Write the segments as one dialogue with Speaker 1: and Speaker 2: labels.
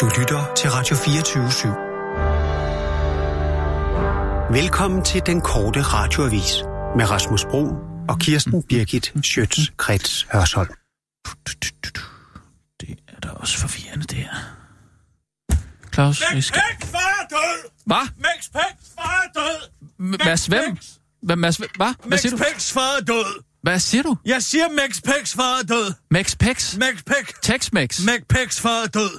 Speaker 1: Du lytter til Radio 24 /7. Velkommen til den korte radioavis med Rasmus Bro og Kirsten Birgit Schøtz-Krets Hørsholm.
Speaker 2: Det er da også forvirrende, det her. Claus, vi skal...
Speaker 3: far er død!
Speaker 2: Hvad?
Speaker 3: Max Picks far er død!
Speaker 2: M- Mads hvem? Hvad, Mads, hvad? Hva? Hvad
Speaker 3: Max
Speaker 2: siger du?
Speaker 3: Picks far er død!
Speaker 2: Hvad siger du?
Speaker 3: Jeg siger Max Picks far er død!
Speaker 2: Max Pex?
Speaker 3: Max Pick!
Speaker 2: Tex-Mex?
Speaker 3: Max Picks far er død!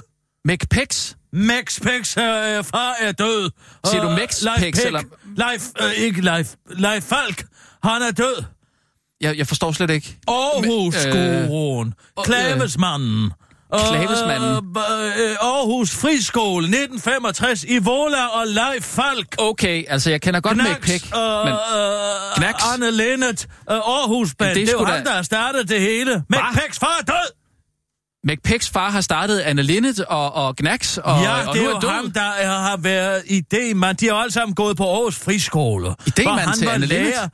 Speaker 2: Mac Pex?
Speaker 3: Max Picks øh, far er død! Og
Speaker 2: Siger du Max
Speaker 3: Leif
Speaker 2: Picks,
Speaker 3: Pick-
Speaker 2: eller-
Speaker 3: Leif, øh, ikke Leif, Leif Falk, han er død!
Speaker 2: Jeg, jeg forstår slet ikke.
Speaker 3: Aarhus-guruen,
Speaker 2: øh,
Speaker 3: Klavesmanden. øh,
Speaker 2: Klavesmanden.
Speaker 3: Øh, øh, Aarhus Friskole 1965, Ivola og Leif Falk.
Speaker 2: Okay, altså jeg kender godt Mac Pex,
Speaker 3: øh,
Speaker 2: men...
Speaker 3: øh,
Speaker 2: Knaks.
Speaker 3: Arne Lennet, øh, aarhus det,
Speaker 2: Det er
Speaker 3: det er jo
Speaker 2: sgu
Speaker 3: ham,
Speaker 2: da-
Speaker 3: der har startet det hele. Mac
Speaker 2: Hva?
Speaker 3: Pecks far er død!
Speaker 2: Mac Pex far har startet Anne Linnet og, og Gnax, og,
Speaker 3: ja,
Speaker 2: og
Speaker 3: det
Speaker 2: nu
Speaker 3: er
Speaker 2: er
Speaker 3: jo
Speaker 2: død.
Speaker 3: ham, der er, har været idémand. De har jo alle sammen gået på Aarhus Friskole.
Speaker 2: Idémand
Speaker 3: hvor han
Speaker 2: til
Speaker 3: var
Speaker 2: Anne Linnet?
Speaker 3: lærer.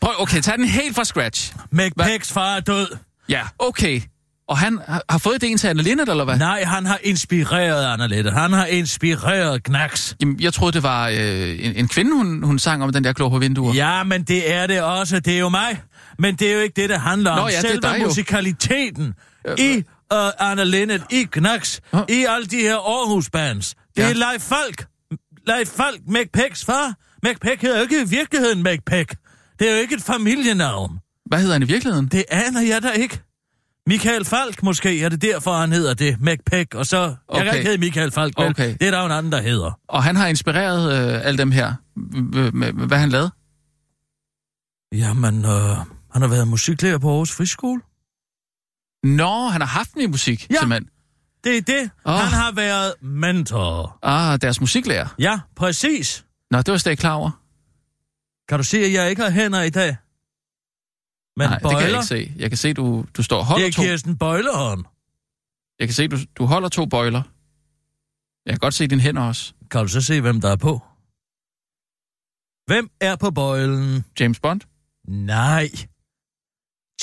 Speaker 2: Prøv, okay, tag den helt fra scratch.
Speaker 3: Mac
Speaker 2: Hva?
Speaker 3: Pecks far er død.
Speaker 2: Ja, okay. Og han har, har fået idéen til Anne Linnet, eller hvad?
Speaker 3: Nej, han har inspireret Anne Lennet. Han har inspireret Knaks.
Speaker 2: Jamen, jeg troede, det var øh, en, en kvinde, hun, hun sang om den der klog på vinduer.
Speaker 3: Ja, men det er det også. Det er jo mig. Men det er jo ikke det, det handler om.
Speaker 2: Nå ja, det er
Speaker 3: Selve
Speaker 2: dig jo.
Speaker 3: musikaliteten i uh, Anna Lennet, i Knaks,
Speaker 2: Hå?
Speaker 3: i alle de her Aarhus-bands. Det
Speaker 2: Ja.
Speaker 3: er Leif Falk. Leif Falk, Mac Pecks far. Mac Peck hedder jo ikke i virkeligheden Mac Peck. Det er jo ikke et familienavn.
Speaker 2: Hvad hedder han i virkeligheden?
Speaker 3: Det aner jeg da ikke. Michael Falk måske, er det derfor, han hedder det. Mac Peck, og så... Okay. Jeg
Speaker 2: Okay.
Speaker 3: kan ikke hedde Michael Falk, vel?
Speaker 2: Okay.
Speaker 3: Det er der jo en anden, der hedder.
Speaker 2: Og han har inspireret øh, alle dem her, med, med, med, hvad han lavede.
Speaker 3: Jamen, øh, han har været musiklærer på Aarhus Friskole.
Speaker 2: Nå, han har haft den i musik,
Speaker 3: Ja.
Speaker 2: simpelthen.
Speaker 3: Det er det.
Speaker 2: Åh.
Speaker 3: Oh. Han har været mentor.
Speaker 2: Ah, deres musiklærer.
Speaker 3: Ja, præcis.
Speaker 2: Nå, det var jeg slet ikke klar over.
Speaker 3: Kan du se, at jeg ikke har hænder i dag? Men
Speaker 2: Nej, det
Speaker 3: bøjler.
Speaker 2: kan jeg ikke se. Jeg kan se, du, du står og
Speaker 3: Det
Speaker 2: holder
Speaker 3: er
Speaker 2: to.
Speaker 3: Kirsten Bøjlerhånd.
Speaker 2: Jeg kan se, du, du holder to bøjler. Jeg kan godt se dine hænder også.
Speaker 3: Kan du så se, hvem der er på? Hvem er på bøjlen?
Speaker 2: James Bond.
Speaker 3: Nej.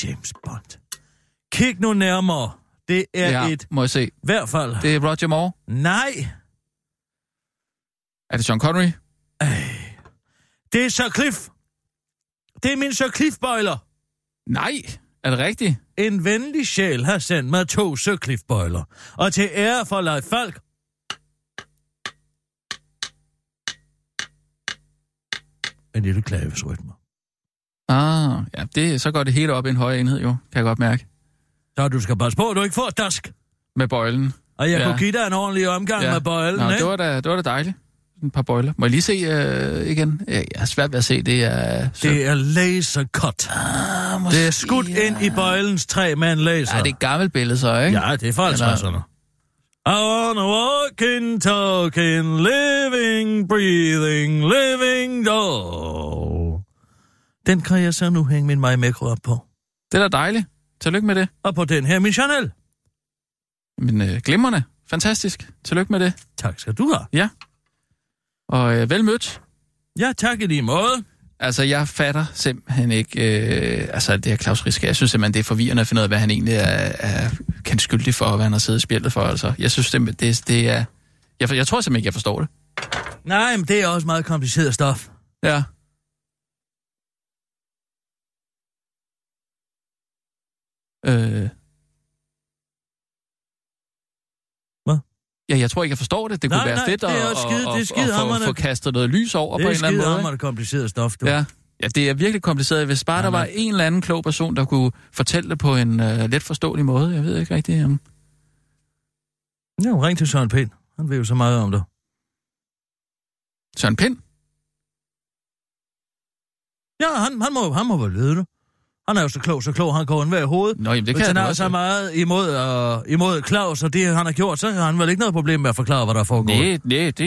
Speaker 3: James Bond. Kig nu nærmere. Det er ja. et
Speaker 2: må jeg se.
Speaker 3: i hvert fald. Det...
Speaker 2: Det er Roger Moore.
Speaker 3: Nej.
Speaker 2: Er det John Connery?
Speaker 3: Det er Sir Cliff. Det er min Sir Cliff-bøjler.
Speaker 2: Nej. Er det rigtigt?
Speaker 3: En venlig sjæl har sendt mig to Sir Cliff-bøjler. Og til ære for Leif Falk en lille klaves rytme.
Speaker 2: Ah, ja, det, så går det hele op i en høj enhed jo, kan jeg godt mærke.
Speaker 3: Så du skal passe på, at du ikke får dask.
Speaker 2: Med bøjlen.
Speaker 3: Og jeg
Speaker 2: Ja.
Speaker 3: ja. kunne give dig en ordentlig omgang ja. med bøjlen,
Speaker 2: Nå,
Speaker 3: ikke?
Speaker 2: det var, da, det var da dejligt. Sådan Et par bøjler. Må jeg lige se øh, igen? Jeg jeg har svært ved at se, det er... Så,
Speaker 3: Det er laser cut.
Speaker 2: ah,
Speaker 3: Det er skudt
Speaker 2: ja.
Speaker 3: ind i bøjlens træ med en laser.
Speaker 2: Ja, det er et gammelt billede så, ikke?
Speaker 3: Ja, det er fra 50'erne. I wanna walk in, talking, living, breathing, living doll. Den kan jeg så nu hænge min Maja Mekko op på.
Speaker 2: Det er da dejligt. Tillykke med det.
Speaker 3: Og på den her min Chanel.
Speaker 2: Men øh, glimrende. Fantastisk. Tillykke med det.
Speaker 3: Tak skal du have.
Speaker 2: Og øh, vel mødt.
Speaker 3: Ja, tak i lige måde.
Speaker 2: Altså, jeg fatter simpelthen ikke... Øh, altså, det her Claus Riske, jeg synes simpelthen, det er forvirrende at finde ud af, hvad han egentlig er, er kendt skyldig for, og hvad han har siddet i spjældet for. Altså, jeg synes simpelthen, det, det er... Jeg, for- jeg tror simpelthen ikke, jeg forstår det.
Speaker 3: Nej, men det er også meget kompliceret stof.
Speaker 2: Ja. Øh.
Speaker 3: Hvad?
Speaker 2: Ja, jeg tror ikke, jeg forstår det. Det kunne
Speaker 3: Nej,
Speaker 2: være
Speaker 3: nej,
Speaker 2: fedt
Speaker 3: det er
Speaker 2: at,
Speaker 3: også
Speaker 2: at-
Speaker 3: skide- det er
Speaker 2: at- at
Speaker 3: skidehamrende.
Speaker 2: få, få kastet noget lys over
Speaker 3: Det
Speaker 2: på
Speaker 3: er
Speaker 2: en eller anden måde.
Speaker 3: skide
Speaker 2: ikke?
Speaker 3: om, det kompliceret stof, du.
Speaker 2: Ja. ja, det er virkelig kompliceret. Hvis bare
Speaker 3: Ja,
Speaker 2: der var
Speaker 3: men-
Speaker 2: en eller anden klog person, der kunne fortælle det på en øh, let forståelig måde. Jeg ved ikke rigtigt. Um...
Speaker 3: Jo, ring til Søren Pind. Han ved jo så meget om det.
Speaker 2: Søren Pind?
Speaker 3: Ja, han, han, må, han må vel vide det. Han er jo så klog, så klog, han kan undvære i hovedet.
Speaker 2: Nå, jamen, det kan
Speaker 3: Hvis
Speaker 2: jeg
Speaker 3: han
Speaker 2: da
Speaker 3: har
Speaker 2: også.
Speaker 3: så meget imod, øh, imod Claus og det, han har gjort, så har han vel ikke noget problem med at forklare, hvad der foregår.
Speaker 2: Nej, nej, det,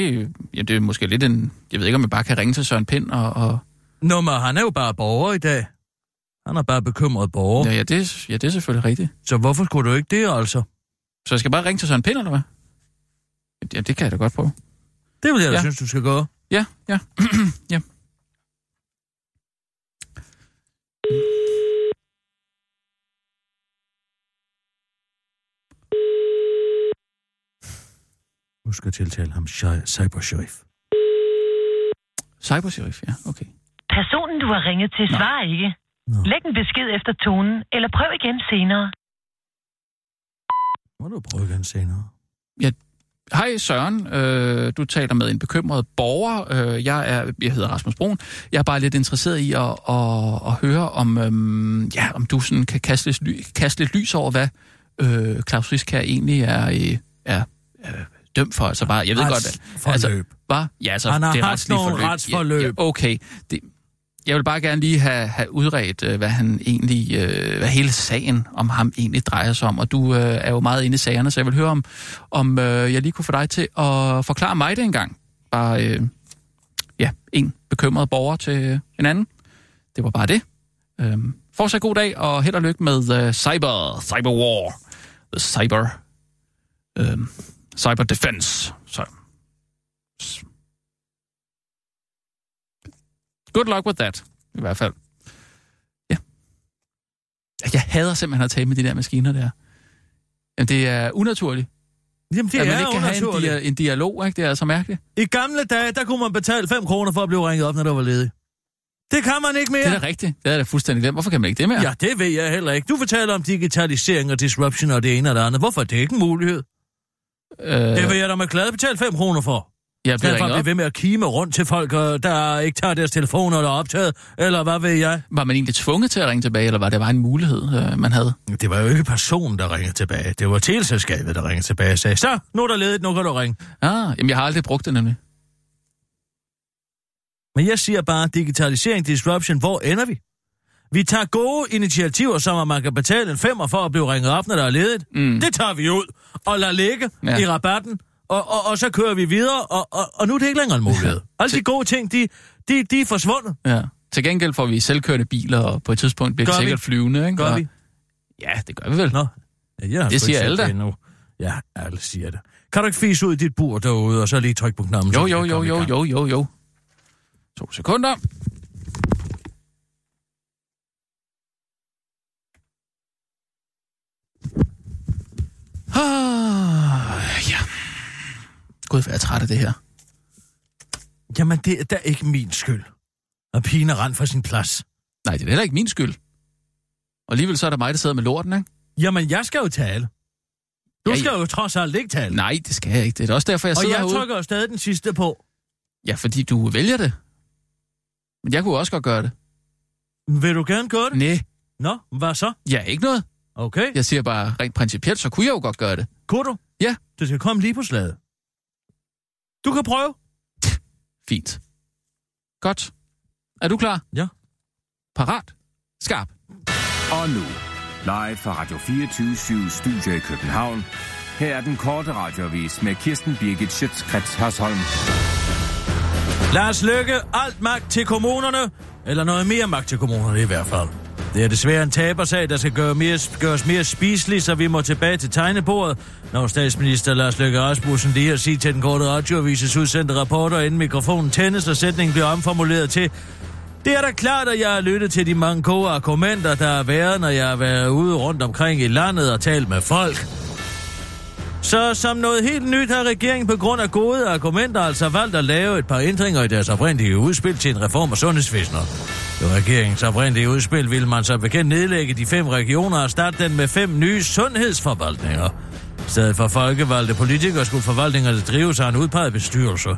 Speaker 2: ja, det er måske lidt en... Jeg ved ikke, om jeg bare kan ringe til Søren Pind og... og...
Speaker 3: Nå, men han er jo bare borger i dag. Han er bare bekymret borger.
Speaker 2: Nå,
Speaker 3: Ja.
Speaker 2: ja, det, ja, det er selvfølgelig rigtigt.
Speaker 3: Så hvorfor skulle du ikke det, altså?
Speaker 2: Så jeg skal bare ringe til Søren Pind, eller hvad? Ja, det kan jeg da godt prøve.
Speaker 3: Det vil jeg
Speaker 2: Ja.
Speaker 3: da ja. synes, du skal gøre.
Speaker 2: Ja, ja. ja.
Speaker 3: Du skal tiltale ham shi- cybersheriff.
Speaker 2: Cybersheriff, ja, okay.
Speaker 4: Personen, du har ringet til, svarer ikke.
Speaker 3: Nå.
Speaker 4: Læg en besked efter tonen, eller prøv igen senere.
Speaker 3: Må du prøve igen senere.
Speaker 2: Hej Søren, øh, du taler med en bekymret borger. Øh, jeg, er, jeg hedder Rasmus Brun. Jeg er bare lidt interesseret i at, at, at høre, om, øhm, ja, om du sådan kan kaste lidt, ly, kaste lidt lys over, hvad øh, Claus Riskær egentlig er, øh, er øh, dømt for. Altså bare, jeg ved godt, at-
Speaker 3: Forløb. Altså,
Speaker 2: hvad? Ja, altså,
Speaker 3: Han har
Speaker 2: det er
Speaker 3: haft
Speaker 2: retslige
Speaker 3: nogle
Speaker 2: forløb.
Speaker 3: retsforløb.
Speaker 2: Ja, ja, okay. Det, jeg vil bare gerne lige have, have udredt, øh, hvad han egentlig, øh, hvad hele sagen om ham egentlig drejer sig om. Og du øh, er jo meget inde i sagerne, så jeg vil høre om, om øh, jeg lige kunne få dig til at forklare mig det engang. Bare, øh, ja, en bekymret borger til øh, en anden. Det var bare det. Øh, fortsat god dag, og held og lykke med øh, cyber, cyber war, the cyber, øh, cyber defense. Så. Good luck with that, i hvert fald. Ja. Jeg hader simpelthen at tale med de der maskiner der. Jamen, det er unaturligt,
Speaker 3: Jamen, det
Speaker 2: at man
Speaker 3: er
Speaker 2: ikke kan have en,
Speaker 3: unaturligt.
Speaker 2: dia- en dialog, ikke? Det er så mærkeligt.
Speaker 3: I gamle dage, der kunne man betale 5 kroner for at blive ringet op, når du var ledig. Det kan man ikke mere.
Speaker 2: Ja. Det er da rigtigt. Det er da fuldstændig glemt. Hvorfor kan man ikke det mere?
Speaker 3: Ja, det ved jeg heller ikke. Du fortæller om digitalisering og disruption og det ene og det andet. Hvorfor er det ikke en mulighed?
Speaker 2: øh,
Speaker 3: Det vil jeg da med glæde betale 5 kroner for.
Speaker 2: jeg
Speaker 3: I stedet
Speaker 2: bliver
Speaker 3: for at
Speaker 2: ringet
Speaker 3: blive
Speaker 2: op.
Speaker 3: ved med at kime rundt til folk, øh, der ikke tager deres telefoner eller er optaget, eller hvad ved jeg.
Speaker 2: Var man egentlig tvunget til at ringe tilbage, eller var det bare en mulighed, øh, man havde?
Speaker 3: Det var jo ikke personen, der ringede tilbage. Det var teleselskabet, der ringede tilbage og sagde, så, nu er der ledigt, nu kan du ringe.
Speaker 2: Ah, jamen, jeg har aldrig brugt det nemlig.
Speaker 3: Men jeg siger bare, digitalisering, disruption, hvor ender vi? Vi tager gode initiativer, som at man kan betale en femmer for at blive ringet op, når der er ledigt.
Speaker 2: Mm.
Speaker 3: Det tager vi ud og lader ligge
Speaker 2: Ja.
Speaker 3: ja. i rabatten, og, og, og så kører vi videre, og, og, og nu er det ikke længere en mulighed. Alle de gode ting, de, de, de er forsvundet.
Speaker 2: Ja. Til gengæld får vi selvkørende biler, og på et tidspunkt bliver
Speaker 3: Gør
Speaker 2: de
Speaker 3: vi?
Speaker 2: sikkert flyvende, ikke?
Speaker 3: Gør
Speaker 2: Og-
Speaker 3: vi?
Speaker 2: Ja, det gør vi vel.
Speaker 3: Nå. Ja, jeg har
Speaker 2: Det
Speaker 3: sgu
Speaker 2: siger
Speaker 3: ikke
Speaker 2: alle
Speaker 3: set
Speaker 2: da.
Speaker 3: endnu. Ja, alle siger det. Kan du ikke fise ud i dit bur derude, og så lige trykke på knappen? så
Speaker 2: Jo,
Speaker 3: vi
Speaker 2: jo,
Speaker 3: kan
Speaker 2: jo,
Speaker 3: komme i
Speaker 2: jo,
Speaker 3: gang?
Speaker 2: jo, jo, jo. To sekunder. Ah, ja. Gud, hvor er jeg træt af det her.
Speaker 3: Jamen, det er da ikke min skyld. Og pigen er rendt fra sin plads.
Speaker 2: Nej, det er da heller ikke min skyld. Og alligevel så er det mig, der sidder med lorten, ikke?
Speaker 3: Jamen, jeg skal jo tale. Du
Speaker 2: Ja,
Speaker 3: ja, skal jo trods alt ikke tale.
Speaker 2: Nej, det skal jeg ikke. Det er da også derfor, jeg
Speaker 3: og
Speaker 2: sidder
Speaker 3: jeg
Speaker 2: herude.
Speaker 3: trykker jo stadig den sidste på.
Speaker 2: Ja, fordi du vælger det. Men jeg kunne også godt gøre det.
Speaker 3: Vil du gerne gøre det?
Speaker 2: Nej,
Speaker 3: Nå, hvad så?
Speaker 2: jeg er ikke noget.
Speaker 3: Okay, ja.
Speaker 2: Jeg siger bare rent principielt, så kunne jeg jo godt gøre det.
Speaker 3: kunne du?
Speaker 2: Ja.
Speaker 3: Det skal komme lige på slaget. Du kan prøve.
Speaker 2: Fint. Godt. Er du klar?
Speaker 3: Ja.
Speaker 2: Parat? Skarp.
Speaker 5: Og nu, live fra Radio 24 Studio i København. Her er den korte radiovis med Kirsten Birgit Schøtzgrads Hasholm.
Speaker 3: Lars Løkke, alt magt til kommunerne. Eller noget mere magt til kommunerne i hvert fald. Det er desværre en tabersag, der skal gøre mere, gøres mere spiselig, så vi må tilbage til tegnebordet, når statsminister Lars Løkke Rasmussen lige at sige til den korte radioavises udsendte rapporter, inden mikrofonen tændes og sætningen bliver omformuleret til, det er da klart, at jeg har lyttet til de mange gode argumenter, der har været, når jeg har været ude rundt omkring i landet og talt med folk. Så som noget helt nyt har regeringen på grund af gode argumenter altså valgt at lave et par ændringer i deres oprindelige udspil til en reform af sundhedsvæsenet. I regeringens oprindelige udspil ville man som bekendt nedlægge de fem regioner og starte den med fem nye sundhedsforvaltninger. I stedet for folkevalgte politikere skulle forvaltningerne drives af en udpeget bestyrelse.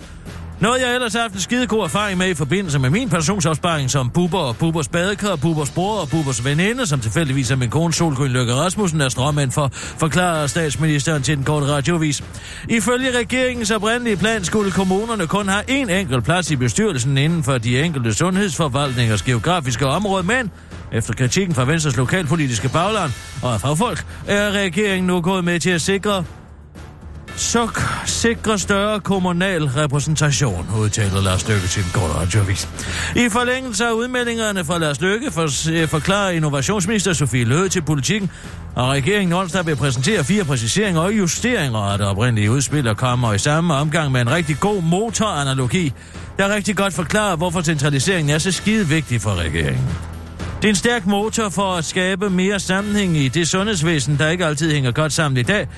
Speaker 3: Noget jeg ellers har haft en skide god erfaring med i forbindelse med min pensionsopsparing som buber og bubers badekar, og bubers bror og bubers veninde, som tilfældigvis er min kone Solgrøn Løkke Rasmussen, er strømmand for, forklarer statsministeren til den korte radiovis. Ifølge regeringens oprindelige plan skulle kommunerne kun have én enkelt plads i bestyrelsen inden for de enkelte sundhedsforvaltningers geografiske område, men efter kritikken fra Venstres lokalpolitiske bagland og fra folk, er regeringen nu gået med til at sikre så k- sikre større kommunal repræsentation, udtaler Lars Løkke til den korte radioavis. I forlængelse af udmeldingerne fra Lars Løkke for, øh, forklarer innovationsminister Sofie Løhde til politikken, og regeringen onsdag vil præsentere fire præciseringer og justeringer af det oprindelige udspil, og kommer i samme omgang med en rigtig god motoranalogi, der rigtig godt forklarer, hvorfor centraliseringen er så skide vigtig for regeringen. Det er en stærk motor for at skabe mere sammenhæng i det sundhedsvæsen, der ikke altid hænger godt sammen i dag,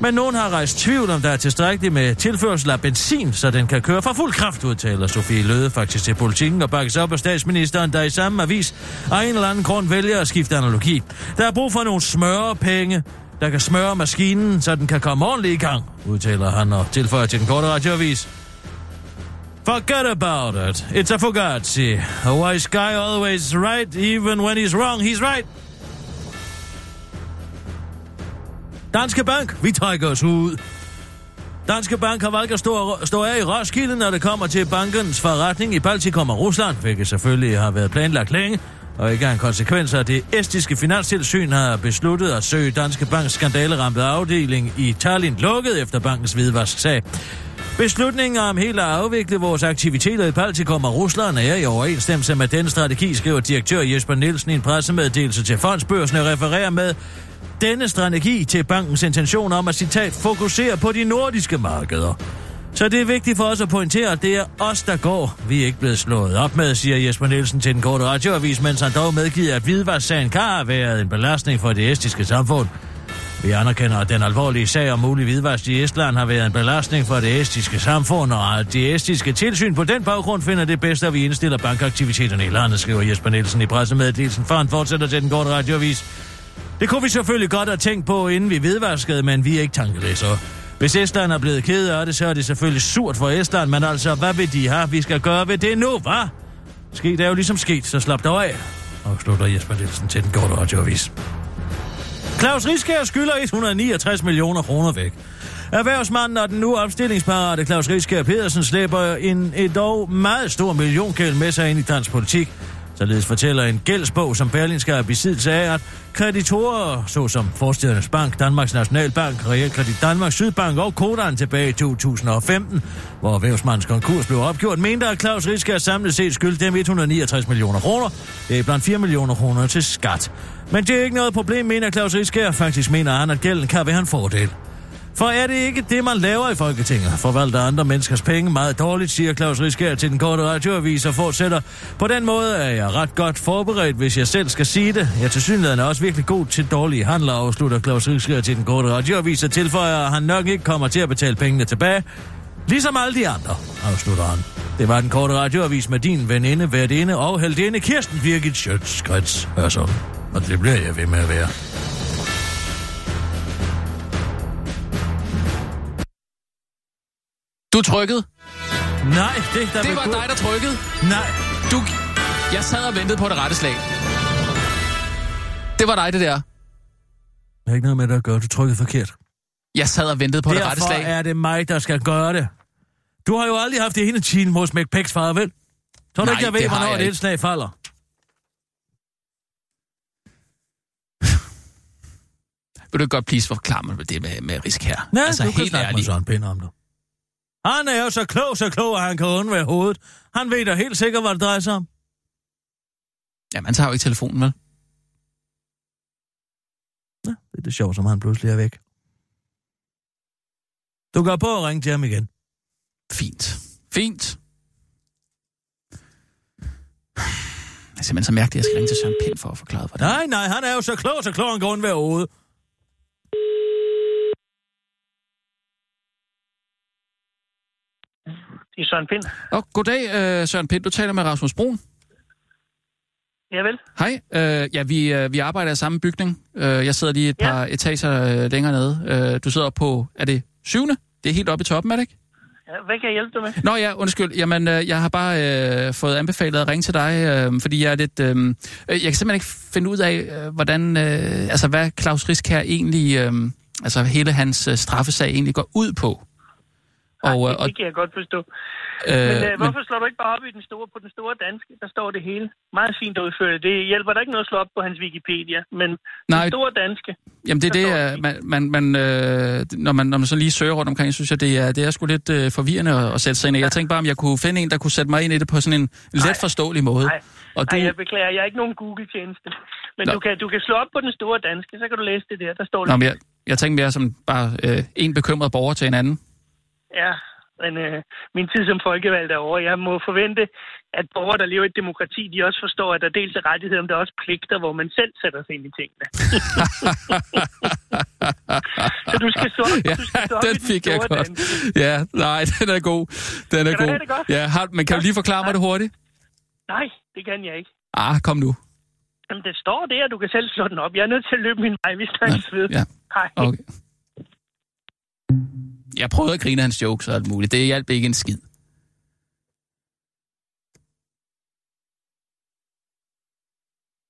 Speaker 3: Men nogen har rejst tvivl, om der er tilstrækkeligt med tilførsel af benzin, så den kan køre fra fuld kraft, udtaler Sofie Løde faktisk til politikken og bakkes op af statsministeren, der i samme avis af en eller anden grund vælger at skifte analogi. Der er brug for nogle smørepenge, der kan smøre maskinen, så den kan komme ordentligt i gang, udtaler han og tilføjer til den korte radioavis. Forget about it. It's a fugazi. A wise guy always right, even when he's wrong, he's right. Danske Bank, vi trækker os ud. Danske Bank har valgt at stå, stå af i Roskilde, når det kommer til bankens forretning i Baltikum og Rusland, hvilket selvfølgelig har været planlagt længe, og ikke er en konsekvens af at det estiske finanstilsyn har besluttet at søge Danske Banks skandalerampede afdeling i Tallinn lukket efter bankens hvidvasksag. Beslutningen om helt at afvikle vores aktiviteter i Baltikum og Rusland er i overensstemmelse med den strategi, skriver direktør Jesper Nielsen i en pressemeddelelse til Fondsbørsen og refererer med, denne strategi til bankens intention om at citat fokusere på de nordiske markeder. Så det er vigtigt for os at pointere, at det er os, der går. Vi er ikke blevet slået op med, siger Jesper Nielsen til den korte radioavis, mens han dog medgiver, at hvidvarssagen kan have været en belastning for det estiske samfund. Vi anerkender, at den alvorlige sag om mulig hvidvask i Estland har været en belastning for det estiske samfund, og at det estiske tilsyn på den baggrund finder det bedst, at vi indstiller bankaktiviteterne i landet, skriver Jesper Nielsen i pressemeddelelsen, for han fortsætter til den korte radioavis. Det kunne vi selvfølgelig godt have tænkt på, inden vi vedvaskede, men vi er ikke tankelæsere. Hvis Estland er blevet ked af det, så er det selvfølgelig surt for Estland, men altså, hvad vil de have, vi skal gøre ved det nu, hva'? Sket er jo ligesom sket, så slap dig af. Og slutter Jesper Nielsen til den korte radioavis. Claus Riskær skylder 169 millioner kroner væk. Erhvervsmanden og den nu opstillingsparate Claus Riskær Pedersen slæber en et dog meget stor millionkæld med sig ind i dansk politik. Således fortæller en gældsbog, som Berlinske er i besiddelse af, at kreditorer, såsom Forstedernes Bank, Danmarks Nationalbank, Realkredit Danmark, Sydbank og Kodan tilbage i 2015, hvor erhvervsmandens konkurs blev opgjort, mente, at Claus Riske samlet set skyldte dem 169 millioner kroner, det er blandt 4 millioner kroner til skat. Men det er ikke noget problem, mener Claus Riske, faktisk mener han, at gælden kan være en fordel. For er det ikke det, man laver i Folketinget? Forvalter andre menneskers penge meget dårligt, siger Claus Riskær til den korte radioavis og fortsætter. På den måde er jeg ret godt forberedt, hvis jeg selv skal sige det. Jeg til synligheden er også virkelig god til dårlige handler, afslutter Claus Riskær til den korte radioavis og tilføjer, at han nok ikke kommer til at betale pengene tilbage. Ligesom alle de andre, afslutter han. Det var den korte radioavis med din veninde, værtinde og heldinde Kirsten Birgit Sjøtskrets Hørsholm. Og det bliver jeg ved med at være.
Speaker 2: Du trykkede.
Speaker 3: Nej, det, der
Speaker 2: Det
Speaker 3: blev
Speaker 2: var
Speaker 3: gået-
Speaker 2: dig, der trykkede.
Speaker 3: Nej,
Speaker 2: Du... Jeg sad og ventede på det rette slag. Det var dig, det der.
Speaker 3: det har ikke noget med det at gøre. Du trykkede forkert.
Speaker 2: Jeg sad og ventede på det rette
Speaker 3: Derfor
Speaker 2: slag.
Speaker 3: er det mig, der skal gøre det. Du har jo aldrig haft det ene tine hos McPecks far, vel? Tror du
Speaker 2: Nej,
Speaker 3: ikke, jeg
Speaker 2: det
Speaker 3: ved,
Speaker 2: har
Speaker 3: hvornår
Speaker 2: jeg
Speaker 3: det
Speaker 2: ikke.
Speaker 3: indslag falder?
Speaker 2: Vil du ikke godt please forklare mig hvad det er med, med risk her?
Speaker 3: Nej,
Speaker 2: altså,
Speaker 3: du kan
Speaker 2: helt
Speaker 3: snakke med
Speaker 2: ærligt.
Speaker 3: Søren Pind om det. Han er jo så klog, så klog, at han kan undvære hovedet. Han ved da helt sikkert, hvad det drejer sig om.
Speaker 2: Ja, man tager jo ikke telefonen, vel?
Speaker 3: Ja, det er det sjovt, som han pludselig er væk. Du går på at ringe til ham igen.
Speaker 2: Fint. Fint. Det er simpelthen så mærkeligt, at jeg skal ringe til Søren Pind for at forklare, hvordan...
Speaker 3: Nej, nej, han er jo så klog, så klog, han kan undvære hovedet.
Speaker 6: i Søren Pind.
Speaker 2: Og goddag, øh, Søren Pind. Du taler med Rasmus Brun.
Speaker 6: Ja vel.
Speaker 2: Hej. Øh, ja, vi, øh, vi arbejder i samme bygning. Øh, jeg sidder lige et
Speaker 6: Ja.
Speaker 2: par etager øh, længere nede. Øh, du sidder oppe på... Er det syvende? Det er helt oppe i toppen, er det ikke?
Speaker 6: Ja, hvad kan jeg hjælpe dig med?
Speaker 2: Nå ja, undskyld. Jamen, øh, jeg har bare øh, fået anbefalet at ringe til dig, øh, fordi jeg er lidt... Øh, øh, jeg kan simpelthen ikke finde ud af, øh, hvordan... Øh, altså, hvad Claus Risk her egentlig... Øh, altså, hele hans øh, straffesag egentlig går ud på. Og, øh,
Speaker 6: det, det kan jeg godt forstå. Øh, men
Speaker 2: øh,
Speaker 6: øh, hvorfor slår du ikke bare op i den store, på den store danske? Der står det hele. Meget fint udført. Det hjælper da ikke noget at slå op på hans Wikipedia. Men
Speaker 2: Nej.
Speaker 6: den store danske.
Speaker 2: Jamen det
Speaker 6: Der står
Speaker 2: er det,
Speaker 6: det
Speaker 2: øh, man, man, man, øh, når, man, når man så lige søger rundt omkring, synes jeg, det er, det er sgu lidt øh, forvirrende at, at sætte sig ind i. Jeg tænkte bare, om jeg kunne finde en, der kunne sætte mig ind i det på sådan en let forståelig måde.
Speaker 6: Nej.
Speaker 2: Og du,
Speaker 6: Nej, jeg beklager. Jeg er ikke nogen Google-tjeneste. Men
Speaker 2: Nå.
Speaker 6: du kan, du kan slå op på den store danske, så kan du læse det der. Der står det.
Speaker 2: nå, men jeg, jeg tænkte mere som bare øh, en bekymret borger til en anden.
Speaker 6: Ja, Men øh, min tid som folkevalgt er over. Jeg må forvente, at borgere, der lever i et demokrati, de også forstår, at der dels er rettigheder, men der er også pligter, hvor man selv sætter sig ind i tingene. Så du skal så,
Speaker 2: Ja,
Speaker 6: du skal så
Speaker 2: den fik jeg godt. Ja, nej, den er god. Den er
Speaker 6: Kan du have
Speaker 2: god.
Speaker 6: det godt?
Speaker 2: Ja, har, men kan du lige forklare mig det hurtigt?
Speaker 6: Nej, det kan jeg ikke.
Speaker 2: Ah, kom nu.
Speaker 6: Jamen, det står der, du kan selv slå den op. Jeg er nødt til at løbe min vej, hvis der er en sved.
Speaker 2: Ja,
Speaker 6: Hej.
Speaker 2: okay. Jeg prøvede at grine af hans jokes og alt muligt. Det hjalp ikke en skid.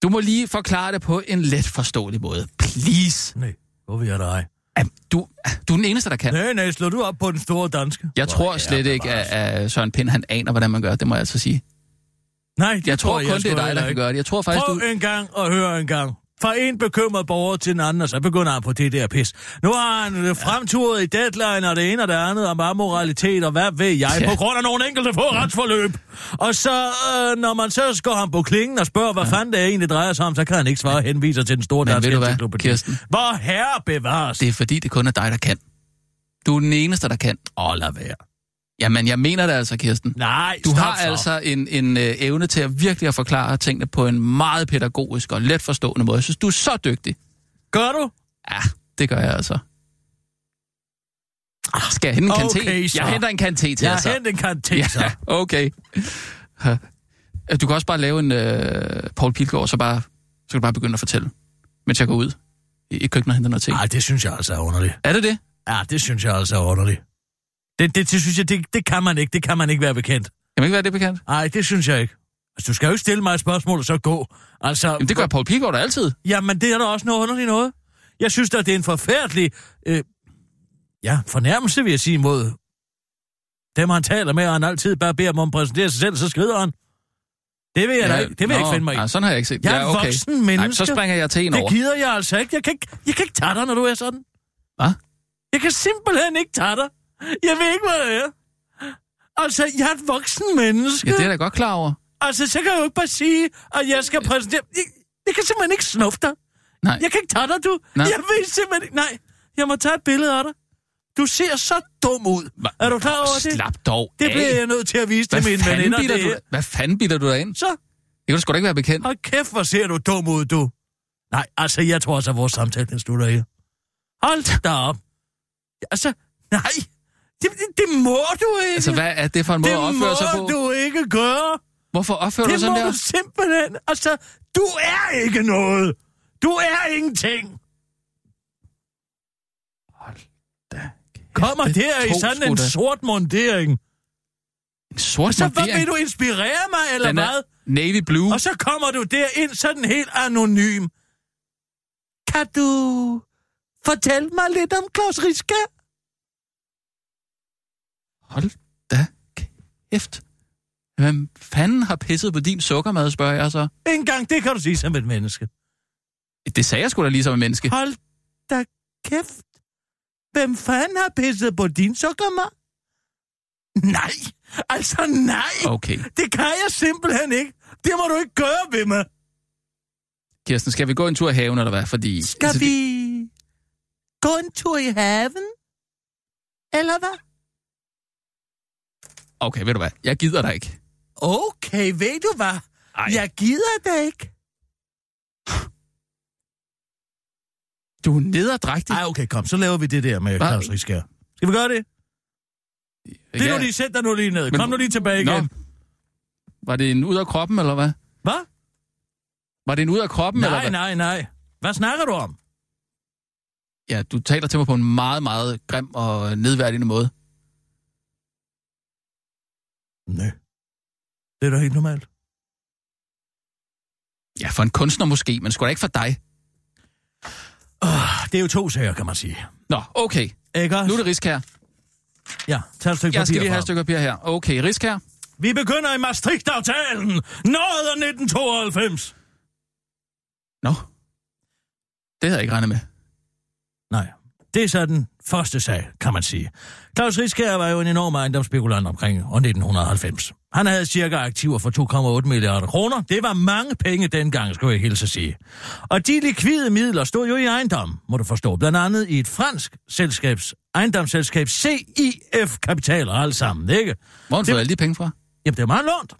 Speaker 2: Du må lige forklare det på en let forståelig måde. Please.
Speaker 3: Nej, hvor vil jeg dig?
Speaker 2: Am, Du, du er den eneste, der kan.
Speaker 3: Nej, nej, slår du op på den store danske?
Speaker 2: Jeg
Speaker 3: Hvor
Speaker 2: tror
Speaker 3: er
Speaker 2: slet
Speaker 3: det
Speaker 2: ikke,
Speaker 3: bare-
Speaker 2: at, at Søren Pind han aner, hvordan man gør. Det må jeg altså sige.
Speaker 3: Nej, det
Speaker 2: Jeg tror
Speaker 3: jeg
Speaker 2: kun, det
Speaker 3: sgu
Speaker 2: er dig,
Speaker 3: heller
Speaker 2: der kan
Speaker 3: ikke.
Speaker 2: gøre det. Jeg tror faktisk,
Speaker 3: Prøv
Speaker 2: du...
Speaker 3: en gang og hør en gang. Fra en bekymret borger til den anden, og så begynder han på det der pis. Nu har han ja. fremturet i deadline og det ene og det andet om amoralitet og hvad ved jeg, ja.
Speaker 2: Ja.
Speaker 3: på grund af nogle enkelte få retsforløb. Og så, øh, når man så går ham på klingen og spørger, hvad ja. fanden det egentlig drejer sig om, så kan han ikke svare og henviser til den store
Speaker 2: Men ved du hvad,
Speaker 3: encyklopædi.
Speaker 2: Kirsten?
Speaker 3: Hvor herre bevares.
Speaker 2: Det er fordi, det kun er dig, der kan. Du er den eneste, der kan.
Speaker 3: Åh, oh, lad være.
Speaker 2: Jamen, jeg mener det altså, Kirsten.
Speaker 3: Nej,
Speaker 2: Du
Speaker 3: stop
Speaker 2: har
Speaker 3: så.
Speaker 2: altså en, en øh, evne til at virkelig at forklare tingene på en meget pædagogisk og let forstående måde. Jeg synes, du er så dygtig.
Speaker 3: Gør du?
Speaker 2: Ja, det gør jeg altså. Ah, Skal jeg hente en kante?
Speaker 3: Okay, så.
Speaker 2: jeg henter en kante til
Speaker 3: Jeg
Speaker 2: jer,
Speaker 3: har
Speaker 2: så.
Speaker 3: hentet en karantæn, ja.
Speaker 2: Ja,
Speaker 3: så.
Speaker 2: okay. Ha. Du kan også bare lave en øh, Paul Pilgaard, så, bare, så kan du bare begynde at fortælle, mens jeg går ud i, i køkkenet og henter noget til.
Speaker 3: Ej, det synes jeg altså er underligt.
Speaker 2: Er det det?
Speaker 3: Ja, det synes jeg altså er underligt. Det, det, det synes jeg, det, det kan man ikke. Det kan man ikke være bekendt.
Speaker 2: Kan man ikke være det bekendt?
Speaker 3: Nej, det synes jeg ikke. Altså, du skal jo ikke stille mig et spørgsmål og så gå. Altså,
Speaker 2: Jamen, det gør Paul Pilgaard da altid.
Speaker 3: Jamen, det er da også noget underligt noget. Jeg synes da, det er en forfærdelig... Øh, ja, fornærmelse vil jeg sige mod dem, han taler med, og han altid bare beder dem om at præsentere sig selv, så skrider han. Det vil jeg ja, da ikke, det vil jeg ikke finde mig i.
Speaker 2: Nej, sådan har jeg ikke set.
Speaker 3: Jeg er et voksen
Speaker 2: Nej, så
Speaker 3: menneske.
Speaker 2: springer jeg til en over.
Speaker 3: Det gider jeg altså ikke. Jeg kan ikke, jeg kan ikke tage dig, når du er sådan.
Speaker 2: Hvad?
Speaker 3: Jeg kan simpelthen ikke tage dig. Jeg ved ikke, hvad det er. Altså, jeg er et voksen menneske.
Speaker 2: Ja, det er jeg da godt klar over.
Speaker 3: Altså, så kan jeg jo ikke bare sige, at jeg skal præsentere... Jeg, jeg kan simpelthen ikke snuffe dig.
Speaker 2: Nej.
Speaker 3: Jeg kan ikke tage dig, du.
Speaker 2: Nej.
Speaker 3: Jeg ved simpelthen ikke... Nej, jeg må tage et billede af dig. Du ser så dum ud.
Speaker 2: Hva-
Speaker 3: Er du klar over det?
Speaker 2: Slap dog
Speaker 3: Det
Speaker 2: af.
Speaker 3: bliver jeg nødt til at vise
Speaker 2: Hvad
Speaker 3: til mine
Speaker 2: fanden
Speaker 3: veninder.
Speaker 2: bilder
Speaker 3: Det
Speaker 2: du,
Speaker 3: her.
Speaker 2: hvad fanden bilder du dig ind?
Speaker 3: Så,
Speaker 2: Det kan du sgu da ikke være bekendt.
Speaker 3: hold kæft, hvor ser du dum ud, du. Nej, altså, jeg tror altså, at vores samtale den slutter her. Hold da op. Altså, nej. Det, det, det må du ikke.
Speaker 2: Altså, hvad er det for en måde
Speaker 3: det
Speaker 2: at opføre sig på?
Speaker 3: må du ikke gøre.
Speaker 2: Hvorfor opfører du dig
Speaker 3: Det må
Speaker 2: sådan der?
Speaker 3: du simpelthen. Altså, du er ikke noget. Du er ingenting.
Speaker 2: Hold da. kæft.
Speaker 3: Kommer der i
Speaker 2: to
Speaker 3: sådan
Speaker 2: sgu
Speaker 3: en
Speaker 2: da.
Speaker 3: sort mondering.
Speaker 2: En sort
Speaker 3: Så hvad
Speaker 2: mundering.
Speaker 3: vil du inspirere mig, eller
Speaker 2: Den er
Speaker 3: hvad?
Speaker 2: Navy blue.
Speaker 3: Og så kommer du derind sådan helt anonym. Kan du fortælle mig lidt om Klaus Riske?
Speaker 2: Hold da kæft. Hvem fanden har pisset på din sukkermad, spørger jeg så.
Speaker 3: Ikke engang det kan du sige som et menneske.
Speaker 2: Det sagde jeg sgu da lige som en menneske.
Speaker 3: Hold da kæft. Hvem fanden har pisset på din sukkermad? Nej, altså nej.
Speaker 2: Okay.
Speaker 3: Det kan jeg simpelthen ikke. Det må du ikke gøre ved mig.
Speaker 2: Kirsten, skal vi gå en tur i haven, eller hvad? Fordi,
Speaker 3: Skal
Speaker 2: altså,
Speaker 3: vi gå en tur i haven? Eller hvad?
Speaker 2: Okay, ved du hvad? Jeg gider dig ikke.
Speaker 3: Okay, ved du hvad? Ej. Jeg gider det ikke.
Speaker 2: Du er nederdrægtig.
Speaker 3: Ej, okay, kom, så laver vi det der med
Speaker 2: Hvad?
Speaker 3: Claus Riskær. Skal vi gøre det? Det er nu lige, sæt dig nu lige ned.
Speaker 2: Men-
Speaker 3: Kom nu lige tilbage igen.
Speaker 2: Nå. Var det en ud af kroppen, eller hvad?
Speaker 3: Hvad?
Speaker 2: Var det en ud af kroppen, eller
Speaker 3: Nej,
Speaker 2: hvad?
Speaker 3: nej, nej. Hvad snakker du om?
Speaker 2: Ja, du taler til mig på en meget, meget grim og nedværdigende måde.
Speaker 3: Nej. Det er da helt normalt.
Speaker 2: Ja, for en kunstner måske, men sgu da ikke for dig.
Speaker 3: Ah, Det er jo to sager, kan man sige.
Speaker 2: Nå, okay.
Speaker 3: Ikke
Speaker 2: Nu
Speaker 3: også?
Speaker 2: er det Risk her.
Speaker 3: Ja, tag et stykke
Speaker 2: Jeg skal
Speaker 3: papir
Speaker 2: lige have
Speaker 3: frem.
Speaker 2: et stykke papir her. Okay, Risk her.
Speaker 3: Vi begynder i Maastricht-aftalen. Noget af 1992.
Speaker 2: Nå. Det havde jeg ikke regnet med.
Speaker 3: Nej. Det er så den første sag, kan man sige. Claus Riskær var jo en enorm ejendomsspekulant omkring år 1990. Han havde cirka aktiver for 2,8 milliarder kroner. Det var mange penge dengang, skulle jeg hilse at sige. Og de likvide midler stod jo i ejendom, må du forstå. Blandt andet i et fransk selskabs ejendomsselskab CIF Kapital og alt sammen, ikke?
Speaker 2: Hvor har han
Speaker 3: Det-
Speaker 2: fået alle de penge fra?
Speaker 3: Jamen, det er meget lånt.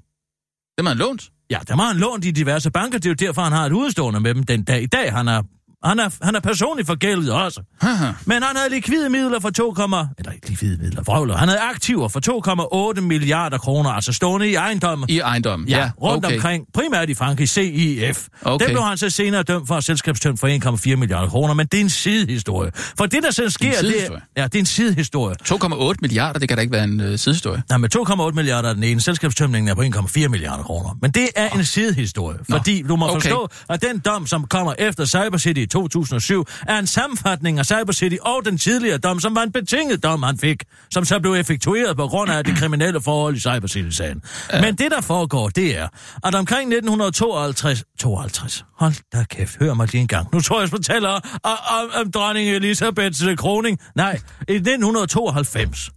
Speaker 2: Dem har han lånt.
Speaker 3: Ja, der har han lånt i diverse banker. Det er jo derfor, han har et udstående med dem den dag i dag. Han er, han er, han er personligt forgældet også.
Speaker 2: Haha.
Speaker 3: Men han havde likvide midler for 2, eller ikke likvide midler, vrøvler. Han havde aktiver for 2,8 milliarder kroner, altså stående i ejendommen.
Speaker 2: I ejendommen?
Speaker 3: Ja, rundt
Speaker 2: okay.
Speaker 3: okay. omkring, primært i Frankrig, CIF.
Speaker 2: Okay.
Speaker 3: Okay. Den blev han så senere dømt for selskabstømt for 1,4 milliarder kroner, men det er en sidehistorie. For det, der så sker, det er,
Speaker 2: sidehistorie?
Speaker 3: ja, det er en sidehistorie.
Speaker 2: 2,8 milliarder, det kan da ikke være en øh, sidehistorie.
Speaker 3: Nej, men 2,8 milliarder er den ene, selskabstømningen er på 1,4 milliarder kroner. Men det er en sidehistorie,
Speaker 2: Nå.
Speaker 3: fordi du må
Speaker 2: Okay.
Speaker 3: okay. forstå, at den dom, som kommer efter Cyber City i 2007, er en sammenfatning af Cyber City og den tidligere dom, som var en betinget dom, han fik, som så blev effektueret på grund af det kriminelle forhold i Cyber City-sagen. Men det, der foregår, det er, at omkring 1952... 52. Hold da kæft, hør mig lige en gang. Nu tror jeg, jeg fortæller om, om, om dronning Elisabeths øh, kroning. Nej, i 1992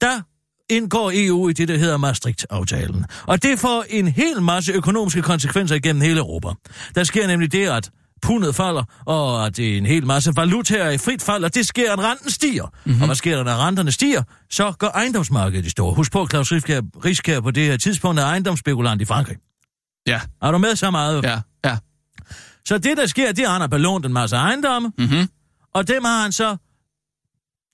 Speaker 3: der indgår EU i det, der hedder Maastricht-aftalen. Og det får en hel masse økonomiske konsekvenser igennem hele Europa. Der sker nemlig det, at pundet falder, og at en hel masse valutaer i frit fald, og det sker, at renten stiger. Mm-hmm. Og hvad sker der, når renterne stiger? Så går ejendomsmarkedet i stå. Husk på, Claus Riskær- Riskær på det her tidspunkt er ejendomsspekulant i Frankrig.
Speaker 2: Ja,
Speaker 3: Er du med så meget?
Speaker 2: ja, ja.
Speaker 3: Så det, der sker, det er, at han har belånt en masse ejendomme,
Speaker 2: Mhm.
Speaker 3: og dem har han så...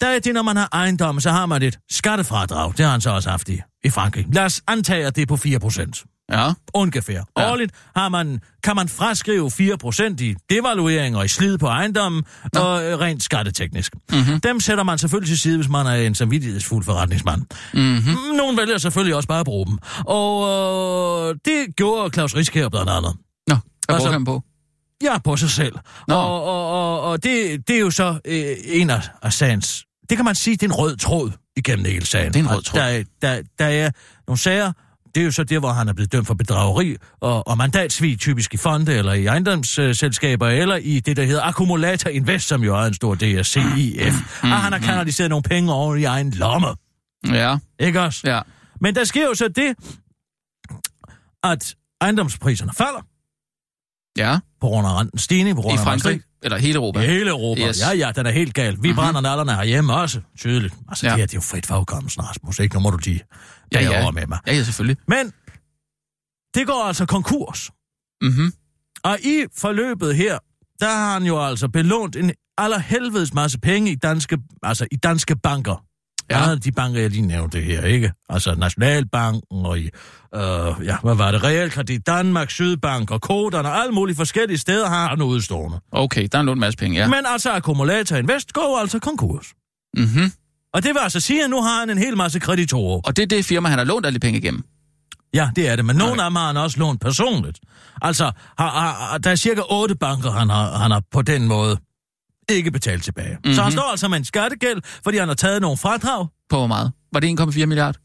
Speaker 3: Der er det, når man har ejendomme, så har man et skattefradrag. Det har han så også haft i, i Frankrig. Lad os antage, at det er på 4%.
Speaker 2: Ja,
Speaker 3: Ungefær.
Speaker 2: Ja.
Speaker 3: Ja. Årligt har man, kan man fraskrive 4% i devaluering og i slid på ejendommen, og øh, rent skatteteknisk.
Speaker 2: Mhm.
Speaker 3: Mm-hmm. Dem sætter man selvfølgelig til side, hvis man er en samvittighedsfuld forretningsmand.
Speaker 2: Mhm.
Speaker 3: Mm-hmm. Nogle vælger selvfølgelig også bare at bruge dem. Og øh, det gjorde Claus Riskær blandt andet.
Speaker 2: nå, hvad
Speaker 3: Altså-
Speaker 2: brugte han på?
Speaker 3: Ja, på sig selv.
Speaker 2: Nå.
Speaker 3: Og, og, og, og det, det er jo så øh, en af, af sagens... Det kan man sige, det er en rød tråd igennem hele sagen.
Speaker 2: Det er en rød tråd.
Speaker 3: Og Der, er- der, der er nogle sager... Det er jo så der, hvor han er blevet dømt for bedrageri og, og mandatsvig, typisk i fonde eller i ejendomsselskaber, eller i det, der hedder Accumulator Invest, som jo er en stor DRCIF. Mm, og han har kanaliseret nogle penge over i egen lomme.
Speaker 2: Ja,
Speaker 3: Ikke også?
Speaker 2: ja.
Speaker 3: Men der sker jo så det, at ejendomspriserne falder
Speaker 2: Ja,
Speaker 3: på grund af renten stigning, på grund
Speaker 2: i
Speaker 3: af
Speaker 2: Frankrig, eller hele Europa.
Speaker 3: I hele Europa.
Speaker 2: Yes. Mhm.
Speaker 3: Yes. Ja, ja, den er helt galt. Vi mm-hmm. brænder nallerne herhjemme også, tydeligt. Altså,
Speaker 2: Ja.
Speaker 3: ja. det her det er jo frit for afkommelsen, Rasmus, ikke? Nu må du lige
Speaker 2: Ja,
Speaker 3: ja,
Speaker 2: ja.
Speaker 3: ja. med mig.
Speaker 2: Ja, ja, selvfølgelig.
Speaker 3: Men det går altså konkurs.
Speaker 2: Mhm.
Speaker 3: Og i forløbet her, der har han jo altså belånt en allerhelvedes masse penge i danske, altså i danske banker.
Speaker 2: Ja.
Speaker 3: Ja. ja, de banker, jeg lige nævnte her, ikke? Altså Nationalbanken og i, øh, ja, hvad var det? Realkredit Danmark, Sydbank og Koderne og alle mulige forskellige steder har han udstående.
Speaker 2: Okay, der er en lånt masse penge, ja.
Speaker 3: Ja. Men altså, Accumulator Invest går altså konkurs.
Speaker 2: Mhm.
Speaker 3: Og det vil altså sige, at nu har han en hel masse kreditorer.
Speaker 2: Og det er det firma, han har lånt alle de penge igennem.
Speaker 3: Ja, det er det, men nogle af dem har han også lånt personligt. Altså, har, har, har, der er cirka otte banker, han har, han har på den måde ikke betalt tilbage. Mm-hmm. Så han står altså med en skattegæld, fordi han har taget nogle fradrag.
Speaker 2: På hvor meget? Var det 1,4 milliard?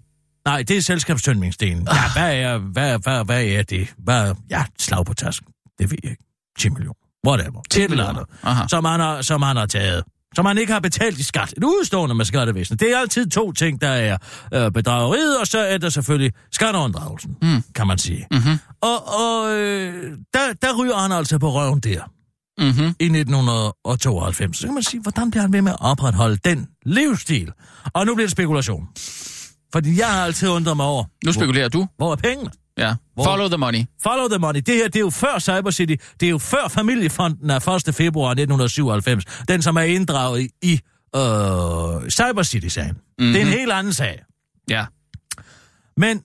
Speaker 3: Nej, det er selskabstøndningsdelen. Ja, hvad er, hvad, hvad, hvad er det? Hvad, ja, slag på tasken. Det ved jeg ikke. 10 millioner. Whatever. 10 millioner.
Speaker 2: Aha.
Speaker 3: som han, har, som han har taget som han ikke har betalt i skat. Et udstående med skattevæsenet. Det er altid to ting, der er øh, bedrageriet, og så er der selvfølgelig skatteunddragelsen, mm. kan man sige.
Speaker 2: Mhm.
Speaker 3: Og, og øh, der, der ryger han altså på røven der
Speaker 2: Mhm.
Speaker 3: i 1992. Så kan man sige, hvordan bliver han ved med at opretholde den livsstil? Og nu bliver det spekulation. Fordi jeg har altid undret mig over,
Speaker 2: Nu spekulerer du.
Speaker 3: hvor er pengene?
Speaker 2: Ja. Follow the money.
Speaker 3: Follow the money. Det her, det er jo før Cyber City. Det er jo før familiefonden af 1. februar 1997. Den, som er inddraget i, i øh, Cyber City-sagen.
Speaker 2: Mhm.
Speaker 3: Mm-hmm. Det er en helt anden sag.
Speaker 2: Ja.
Speaker 3: Men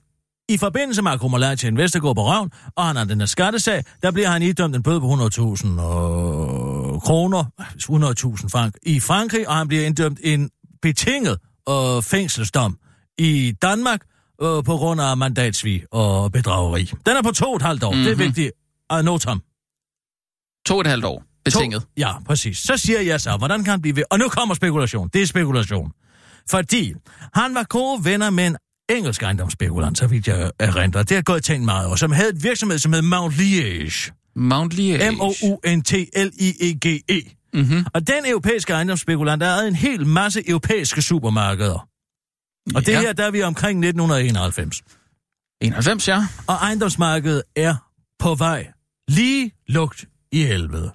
Speaker 3: i forbindelse med akkumulation Investor går på røven, og han har den her skattesag, der bliver han idømt en bøde på 100.000 øh, kroner, 100.000 frank, i Frankrig, og han bliver idømt en betinget øh, fængselsdom i Danmark øh, på grund af mandatsvig og bedrageri. Den er på to og et halvt år, mm-hmm. det er vigtigt at nå Tom.
Speaker 2: To og et halvt år. Betinget.
Speaker 3: To. Ja, præcis. Så siger jeg så, hvordan kan han blive ved? Og nu kommer spekulation. Det er spekulation. Fordi han var gode venner med en engelsk ejendomsspekulant, så vidt jeg erindrer. Det har gået tænkt meget over, som havde et virksomhed, som hed Mount Liege.
Speaker 2: Mount Liège.
Speaker 3: M-O-U-N-T-L-I-E-G-E.
Speaker 2: Mhm.
Speaker 3: E. Og den europæiske ejendomsspekulant, der havde en hel masse europæiske supermarkeder. Og det
Speaker 2: Ja.
Speaker 3: her, der er vi omkring 1991.
Speaker 2: 91, ja.
Speaker 3: Og ejendomsmarkedet er på vej lige lugt i helvede.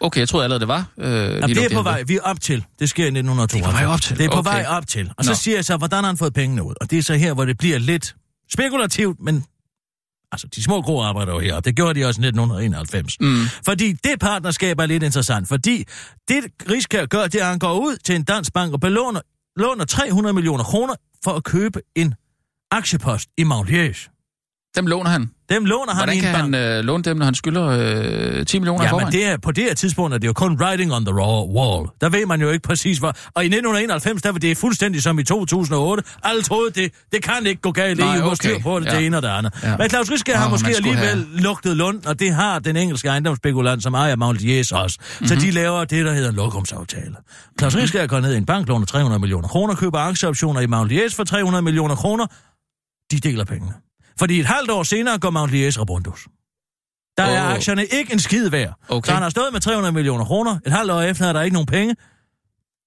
Speaker 2: Okay, jeg troede allerede, det var. Øh,
Speaker 3: Jamen, det er på vej. Vi er op til. Det sker i 1992.
Speaker 2: Det er på vej op til.
Speaker 3: Det er på
Speaker 2: Okay.
Speaker 3: vej op til. Og så
Speaker 2: Nå.
Speaker 3: siger jeg så, hvordan har han fået pengene ud? Og det er så her, hvor det bliver lidt spekulativt, men... Altså, de små kroer arbejder jo heroppe. Det gjorde de også i 1991.
Speaker 2: Mm.
Speaker 3: Fordi det partnerskab er lidt interessant, fordi det Rigskær gør, det er, at han går ud til en dansk bank og belåner låner 300 millioner kroner for at købe en aktiepost i Magliers.
Speaker 2: Dem låner han.
Speaker 3: Dem låner han
Speaker 2: Hvordan
Speaker 3: i en
Speaker 2: kan
Speaker 3: bank.
Speaker 2: han øh, låne dem, når han skylder øh, 10 millioner i
Speaker 3: Ja,
Speaker 2: forvejen?
Speaker 3: men det er, på det her tidspunkt er det jo kun writing on the raw wall. Der ved man jo ikke præcis, hvor... Og i 1991, der var det fuldstændig som i 2008. Alle troede, det, det kan ikke gå galt.
Speaker 2: Nej,
Speaker 3: Nej, EU okay. styr
Speaker 2: okay.
Speaker 3: på det, ja.
Speaker 2: Ja.
Speaker 3: det ene og det andet. Ja.
Speaker 2: Ja.
Speaker 3: Men Claus Riske har
Speaker 2: Åh,
Speaker 3: måske
Speaker 2: man skulle
Speaker 3: alligevel have...
Speaker 2: have-
Speaker 3: lugtet lund, og det har den engelske ejendomsspekulant, som ejer Mount Yes også. Mm-hmm.
Speaker 2: Mhm.
Speaker 3: Så de laver det, der hedder en lokumsaftale. Claus Riske går ned i en bank, låner 300 millioner kroner, køber aktieoptioner i Mount Yes for 300 millioner kroner. De deler pengene. Fordi et halvt år senere går Mount Yes rabundus. Der er
Speaker 2: Åh.
Speaker 3: aktierne ikke en skid værd.
Speaker 2: Okay.
Speaker 3: Så han har stået med 300 millioner kroner. Et halvt år efter er der ikke nogen penge.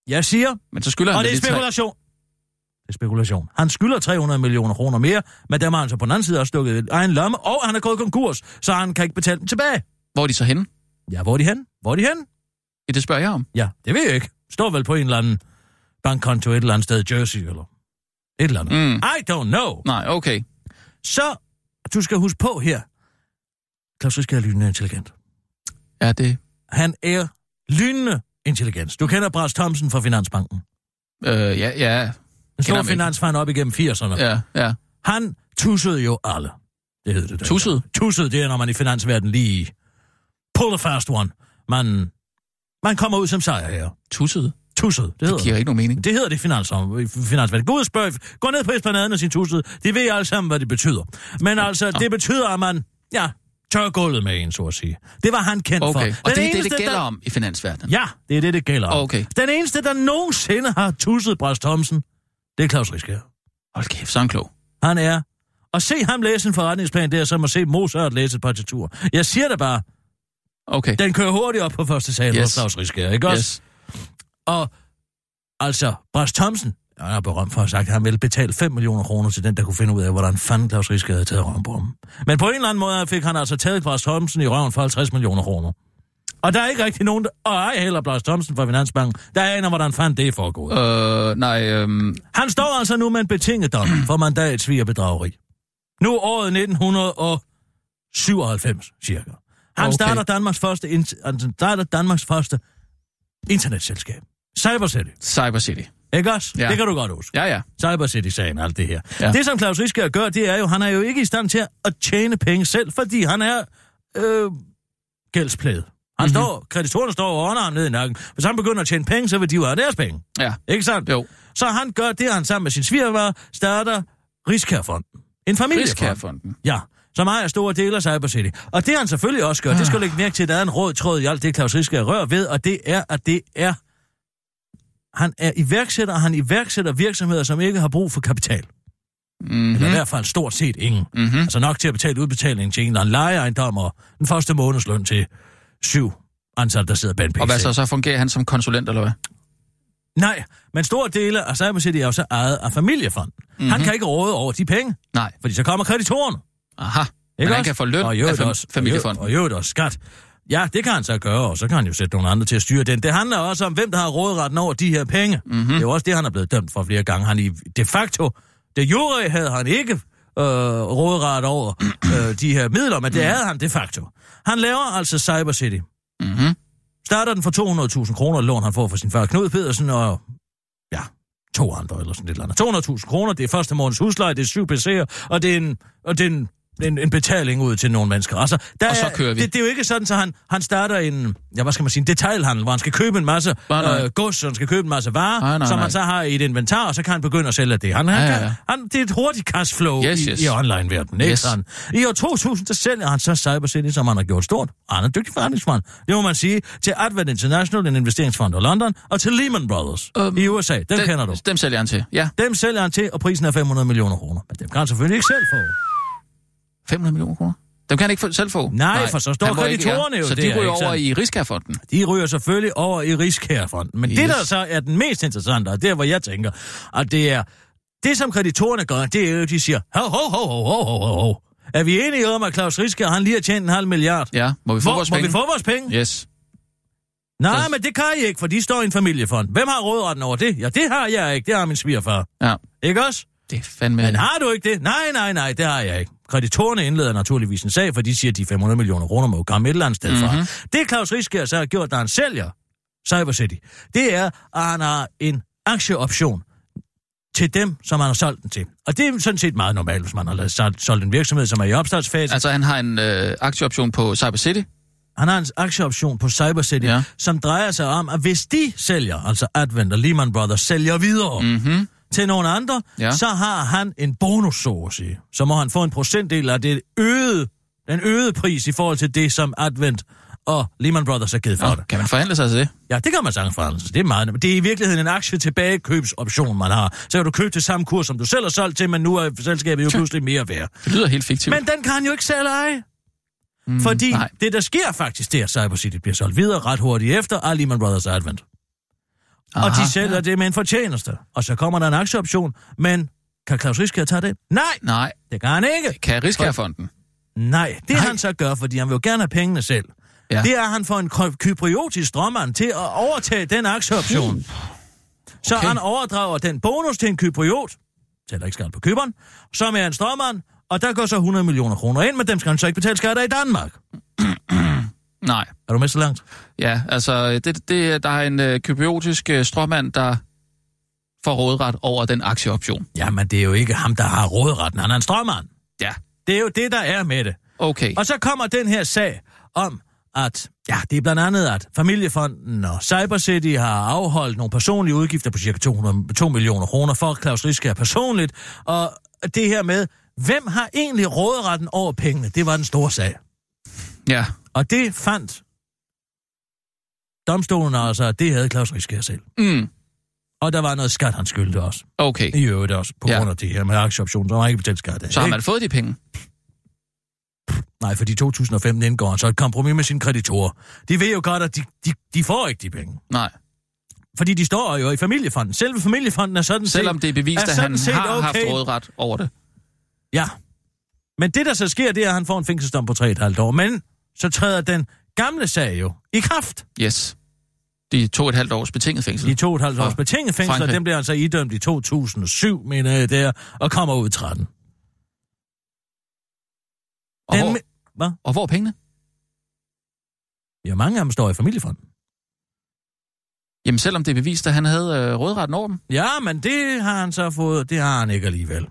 Speaker 3: Jeg siger,
Speaker 2: men så skylder
Speaker 3: og
Speaker 2: han
Speaker 3: det er
Speaker 2: lidt tre-
Speaker 3: spekulation. Det er spekulation. Han skylder 300 millioner kroner mere, men dem har han så på den anden side også stukket i egen lomme, og han er gået konkurs, så han kan ikke betale dem tilbage.
Speaker 2: Hvor er de så henne?
Speaker 3: Ja, hvor er de hen? Hvor er de hen?
Speaker 2: Ja, Det spørger jeg om.
Speaker 3: Ja, det ved jeg ikke. Står vel på en eller anden bankkonto et eller andet sted i Jersey, eller et eller andet.
Speaker 2: Mm.
Speaker 3: I don't know.
Speaker 2: Nej, okay.
Speaker 3: Så, du skal huske på her, Klaus Riske er lynende intelligent.
Speaker 2: Ja, det...
Speaker 3: Han er lynende intelligens. Du kender Brass Thomsen fra Finansbanken.
Speaker 2: Øh, ja, ja,
Speaker 3: En stor
Speaker 2: ham ikke.
Speaker 3: finansfejl op igennem 80'erne. Ja.
Speaker 2: ja, ja.
Speaker 3: Han tussede jo alle. Det hedder det. der.
Speaker 2: Tussede?
Speaker 3: Tussede, det er, når man i finansverdenen lige... Pull the fast one. Man, man kommer ud som sejr her.
Speaker 2: Tussede?
Speaker 3: Tussede, det hedder
Speaker 2: Det giver ikke nogen mening.
Speaker 3: det hedder det finans, finansverdenen. Gå ud og spørg, gå ned på esplanaden og sin tussede. De ved alle sammen, hvad det betyder. Men altså, det betyder, at man ja, tør gulvet med en, så at sige. Det var han kendt for.
Speaker 2: Okay, og
Speaker 3: Den
Speaker 2: det er det,
Speaker 3: eneste,
Speaker 2: det gælder
Speaker 3: der-
Speaker 2: om i finansverdenen.
Speaker 3: Ja, det er det, det gælder om.
Speaker 2: Okay.
Speaker 3: Den eneste, der nogensinde har tusset Brass Thomsen, det er Claus Rieskjær.
Speaker 2: Hold kæft, så er han klog.
Speaker 3: Han er. Og se ham læse en forretningsplan, det er som at se Mozart læse et partitur. Jeg siger det bare,
Speaker 2: Okay,
Speaker 3: den kører hurtigt op på første sal yes.
Speaker 2: Yes.
Speaker 3: hos Claus Rieskjær, ikke også?
Speaker 2: yes.
Speaker 3: Og altså, Brass Thomsen, han er berømt for at have sagt, at han ville betale 5 millioner kroner til den, der kunne finde ud af, hvordan fanden Claus Rieskjær havde taget røven på ham. Men på en eller anden måde fik han altså taget Brass Thomsen i røven for 50 millioner kroner. Og der er ikke rigtig nogen, der, og ej heller Brass Thomsen fra Finansbanken, der aner, hvordan fanden det er foregået.
Speaker 2: Øh, nej, øhm,
Speaker 3: Han står altså nu med en betinget dom for mandatsvig og bedrageri. Nu året 1997, cirka. Han okay.
Speaker 2: Okay.
Speaker 3: starter Danmarks første, in- han starter Danmarks første internetselskab. Cybercity,
Speaker 2: Cyber City.
Speaker 3: ikke også?
Speaker 2: Ja.
Speaker 3: Det kan du godt huske.
Speaker 2: Ja, ja.
Speaker 3: Cybercity-sagen, alt det her. Ja.
Speaker 2: Ja.
Speaker 3: Det, som Claus Rieskjær gør, det er jo, han er jo ikke i stand til at tjene penge selv, fordi han er øh, gældsplaget. Han
Speaker 2: Mhm.
Speaker 3: mm-hmm. står, kreditorerne står og ånder ham ned i nakken. Hvis han begynder at tjene penge, så vil de jo have deres penge.
Speaker 2: Ja,
Speaker 3: Ikke sandt?
Speaker 2: Jo.
Speaker 3: Så han gør det, han sammen med sin svigermor starter Riskærfonden. En familiefond.
Speaker 2: Riskærfonden.
Speaker 3: Ja, som ejer store dele af Cybercity. Og det han selvfølgelig også gør, det
Speaker 2: Ah.
Speaker 3: skal du lægge mærke til, der er en rød tråd i alt det, Claus Riskær rører ved, og det er, at det er... Han er iværksætter, og han iværksætter virksomheder, som ikke har brug for kapital.
Speaker 2: Mm-hmm.
Speaker 3: Eller i hvert fald stort set ingen.
Speaker 2: Mhm.
Speaker 3: Mm-hmm. Altså nok til at betale udbetalingen til en eller anden lejeejendom og den første månedsløn til syv ansatte, der sidder bag en
Speaker 2: Og hvad
Speaker 3: PC.
Speaker 2: så, så fungerer han som konsulent, eller hvad?
Speaker 3: Nej, men store dele af Cyber City er jo så ejet af familiefonden. Mm-hmm.
Speaker 2: Mhm.
Speaker 3: Han kan ikke råde over de penge,
Speaker 2: Nej.
Speaker 3: fordi så kommer kreditorerne.
Speaker 2: Aha. Men
Speaker 3: Ikke
Speaker 2: han
Speaker 3: også?
Speaker 2: kan få løn
Speaker 3: og i
Speaker 2: af
Speaker 3: øvrigt
Speaker 2: fam-
Speaker 3: også,
Speaker 2: familiefonden.
Speaker 3: Og i øvrigt også skat. Ja, det kan han så gøre, og så kan han jo sætte nogle andre til at styre den. Det handler også om, hvem der har råderetten over de her penge. Mm-hmm.
Speaker 2: Mhm.
Speaker 3: Det er jo også det, han er blevet dømt for flere gange. Han i de facto, de jure havde han ikke øh, råderet over øh, de her midler, men det
Speaker 2: Mm.
Speaker 3: havde han de facto. Han laver altså Cyber City.
Speaker 2: Mm-hmm.
Speaker 3: Starter den for 200.000 kroner, lån han får fra sin far Knud Pedersen, og ja, to andre eller sådan et eller andet. 200.000 kroner, det er første måneds husleje, det er syv PC'er, og det er en, og det er en, en, en betaling ud til nogle mennesker. Altså, der
Speaker 2: Og så
Speaker 3: er-
Speaker 2: kører vi.
Speaker 3: Det, det, er jo ikke sådan, så han, han starter en, ja, hvad skal man sige, en detailhandel, hvor han skal købe en masse
Speaker 2: Nej, nej.
Speaker 3: øh, gods, og han skal købe en masse varer,
Speaker 2: Nej, nej,
Speaker 3: som
Speaker 2: nej.
Speaker 3: han så har i et inventar, og så kan han begynde at sælge af det. Han, han,
Speaker 2: Ja, ja,
Speaker 3: Kan,
Speaker 2: ja.
Speaker 3: han, det er et hurtigt cashflow
Speaker 2: Yes,
Speaker 3: i,
Speaker 2: yes.
Speaker 3: i online-verdenen, ikke
Speaker 2: Yes.
Speaker 3: sådan? I år 2000, der sælger han så Cyber City, som han har gjort stort. Og Han er en dygtig forretningsmand. Det må man sige. Til Advent International, en investeringsfond i London, og til Lehman Brothers um,
Speaker 2: Øhm,
Speaker 3: i USA. Dem den, kender du.
Speaker 2: Dem sælger han til, ja.
Speaker 3: Dem sælger han til, og prisen er 500 millioner kroner. Men dem kan han selvfølgelig ikke selv få.
Speaker 2: 500 millioner kroner. Dem kan han ikke få- selv få.
Speaker 3: Nej, for så står
Speaker 2: Han må ikke,
Speaker 3: kreditorerne jo
Speaker 2: Så
Speaker 3: der,
Speaker 2: de
Speaker 3: ikke
Speaker 2: ryger over
Speaker 3: sandt?
Speaker 2: i Riskærfonden.
Speaker 3: De ryger selvfølgelig over i Rigskærfonden. Men yes. det,
Speaker 2: Yes.
Speaker 3: der så er den mest interessante, og det er, hvor jeg tænker, at det er... Det, som kreditorerne gør, det er jo, at de siger, ho, ho, ho, ho, ho, ho, ho, ho. Er vi enige om, at Claus Riske, han lige har tjent en halv milliard?
Speaker 2: Ja, må vi få
Speaker 3: Hvor,
Speaker 2: vores
Speaker 3: må
Speaker 2: penge?
Speaker 3: vi få vores penge?
Speaker 2: Yes.
Speaker 3: Nej,
Speaker 2: Så-
Speaker 3: men det kan jeg ikke, for de står i en familiefond. Hvem har rådretten over det? Ja, det har jeg ikke. Det har min svigerfar.
Speaker 2: Ja,
Speaker 3: Ikke også?
Speaker 2: det er fandme...
Speaker 3: Men har du ikke det? Nej, nej, nej, det har jeg ikke. Kreditorerne indleder naturligvis en sag, for de siger, at de 500 millioner kroner må jo komme et eller andet sted fra.
Speaker 2: Mhm.
Speaker 3: Mm-hmm. Det Claus Rieskjær så har gjort, da han sælger Cyber City, det er, at han har en aktieoption til dem, som han har solgt den til. Og det er sådan set meget normalt, hvis man har lavet- solgt- solgt en virksomhed, som er i opstartsfase.
Speaker 2: Altså, han har en øh, aktieoption på Cyber City.
Speaker 3: Han har en aktieoption på Cyber City,
Speaker 2: Ja.
Speaker 3: ja. som drejer sig om, at hvis de sælger, altså Advent og Lehman Brothers sælger videre, mm
Speaker 2: Mm-hmm.
Speaker 3: til nogle andre,
Speaker 2: Ja.
Speaker 3: ja. så har han en bonus, så at sige. Så må han få en procentdel af det øgede, den øgede pris i forhold til det, som Advent og Lehman Brothers har givet for det.
Speaker 2: Nå, kan man forhandle sig til det?
Speaker 3: Ja, det kan man sagtens forhandle. sig. Det er, meget, nemt. det er i virkeligheden en aktie tilbagekøbsoption, man har. Så kan du købe til samme kurs, som du selv har solgt til, men nu er selskabet jo pludselig mere værd.
Speaker 2: Det lyder helt fiktivt.
Speaker 3: Men den kan han jo ikke selv eje. Mm, fordi
Speaker 2: nej.
Speaker 3: nej. det, der sker faktisk, det er, at Cyber City bliver solgt videre ret hurtigt efter af Lehman Brothers og Advent. Aha, og de sælger ja. det med en fortjeneste. Og så kommer der en aktieoption, men kan Claus Rieskjær tage det? Nej,
Speaker 2: Nej,
Speaker 3: det kan han ikke.
Speaker 2: kan Riskærfonden?
Speaker 3: Nej, det
Speaker 2: Nej.
Speaker 3: Nej. han så gør, fordi han vil jo gerne have pengene selv.
Speaker 2: Ja.
Speaker 3: Ja. Det er, at han får en kry- kypriotisk drømmand til at overtage den aktieoption. Okay. Så
Speaker 2: Okay.
Speaker 3: han overdrager den bonus til en kypriot, tæller ikke skat på køberen, som er en strømmand, og der går så 100 millioner kroner ind, men dem skal han så ikke betale skatter i Danmark.
Speaker 2: Nej.
Speaker 3: Er du med så langt?
Speaker 2: Ja, altså, det, det, der er en øh, kybiotisk øh, stråmand, der får rådret over den aktieoption.
Speaker 3: Jamen, det er jo ikke ham, der har råderetten. Han er en strømmand.
Speaker 2: Ja,
Speaker 3: Det er jo det, der er med det.
Speaker 2: okay.
Speaker 3: Og så kommer den her sag om, at ja, det er blandt andet, at Familiefonden og Cyber City har afholdt nogle personlige udgifter på cirka 200, 2 millioner kroner for Claus Rieskær personligt. Og det her med, hvem har egentlig råderetten over pengene? Det var den store sag.
Speaker 2: Ja,
Speaker 3: Og det fandt domstolen altså, at det havde Claus Rieskær selv.
Speaker 2: mm,
Speaker 3: Og der var noget skat, han skyldte også.
Speaker 2: okay.
Speaker 3: I øvrigt også, på
Speaker 2: Ja.
Speaker 3: ja. grund af det her med aktieoptionen, så har han ikke betalt skat af.
Speaker 2: Så har
Speaker 3: ikke?
Speaker 2: man fået de penge?
Speaker 3: Nej, fordi i 2015 indgår han så et kompromis med sine kreditorer. De ved jo godt, at de, de, de får ikke de penge.
Speaker 2: Nej.
Speaker 3: Fordi de står jo i familiefonden. Selve familiefonden er sådan
Speaker 2: Selvom
Speaker 3: set...
Speaker 2: det er bevist,
Speaker 3: er
Speaker 2: at
Speaker 3: sådan
Speaker 2: han
Speaker 3: set
Speaker 2: har haft
Speaker 3: okay.
Speaker 2: rådret over det.
Speaker 3: Ja. Men det, der så sker, det er, at han får en fængselsdom på 3,5 år. Men så træder den gamle sag jo i kraft.
Speaker 2: Yes. De to og et halvt års betinget fængsel.
Speaker 3: I to og et halvt
Speaker 2: Fra
Speaker 3: års betinget fængsel, og
Speaker 2: Frankrig.
Speaker 3: den bliver altså idømt i 2007, mener jeg der, og kommer ud i 13. Den,
Speaker 2: Og, hvor,
Speaker 3: me- Hvad?
Speaker 2: og hvor er pengene?
Speaker 3: Ja, mange af dem står i familiefonden.
Speaker 2: Jamen, selvom det er bevist, at han havde øh, rådretten over dem.
Speaker 3: Ja, men det har han så fået, det har han ikke alligevel.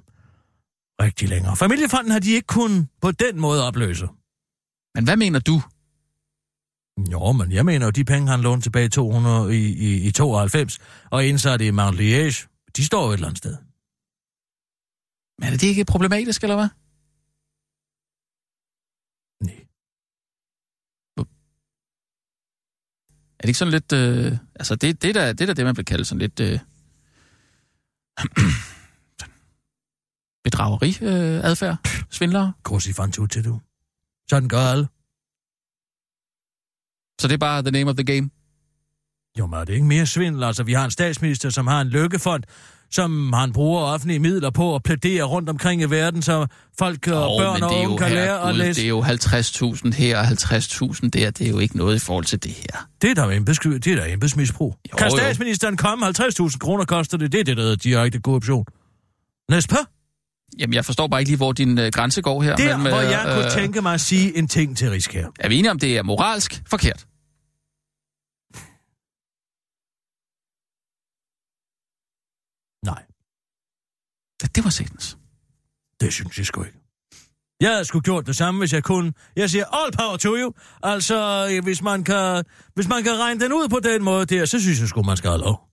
Speaker 3: Rigtig længere. Familiefonden har de ikke kun på den måde opløse.
Speaker 2: Men hvad mener du?
Speaker 3: Jo, men jeg mener jo, de penge, han lånte tilbage i 200 i, i, i 92, og indsat i Mount Liège, de står jo et eller andet sted.
Speaker 2: Men er det ikke problematisk, eller hvad?
Speaker 3: Nej.
Speaker 2: Er det ikke sådan lidt... Øh, altså, det, det, er da, det er da det, man vil kalde sådan lidt... Øh, bedrageri-adfærd? Øh, adfærd? Svindlere?
Speaker 3: Kursi fandt ud til du. Sådan gør alle.
Speaker 2: Så det er bare the name of the game?
Speaker 3: Jo, men er det ikke mere svindel? Altså, vi har en statsminister, som har en lykkefond, som han bruger offentlige midler på at plædere rundt omkring i verden, så folk og
Speaker 2: Åh,
Speaker 3: børn
Speaker 2: men
Speaker 3: og
Speaker 2: det er jo,
Speaker 3: unge kan lære at
Speaker 2: herregud,
Speaker 3: læse.
Speaker 2: det er jo 50.000 her og 50.000 der. Det er jo ikke noget i forhold til det her.
Speaker 3: Det er da embedsky, det er da embedsmisbrug.
Speaker 2: Jo,
Speaker 3: Jo, kan
Speaker 2: jo.
Speaker 3: statsministeren komme? 50.000 kroner koster det. Det er det, der hedder direkte korruption. Næste på.
Speaker 2: Jamen, jeg forstår bare ikke lige, hvor din øh, grænse går her.
Speaker 3: Der,
Speaker 2: mellem,
Speaker 3: hvor jeg
Speaker 2: øh,
Speaker 3: kunne
Speaker 2: øh,
Speaker 3: tænke mig at sige en ting til Risk her.
Speaker 2: Er vi enige om, det er moralsk forkert?
Speaker 3: Nej,
Speaker 2: Ja, det var satans.
Speaker 3: det synes jeg sgu ikke. Jeg havde sgu gjort det samme, hvis jeg kunne. Jeg siger all power to you. Altså, øh, hvis man kan, hvis man kan regne den ud på den måde der, så synes jeg sgu, man skal have lov.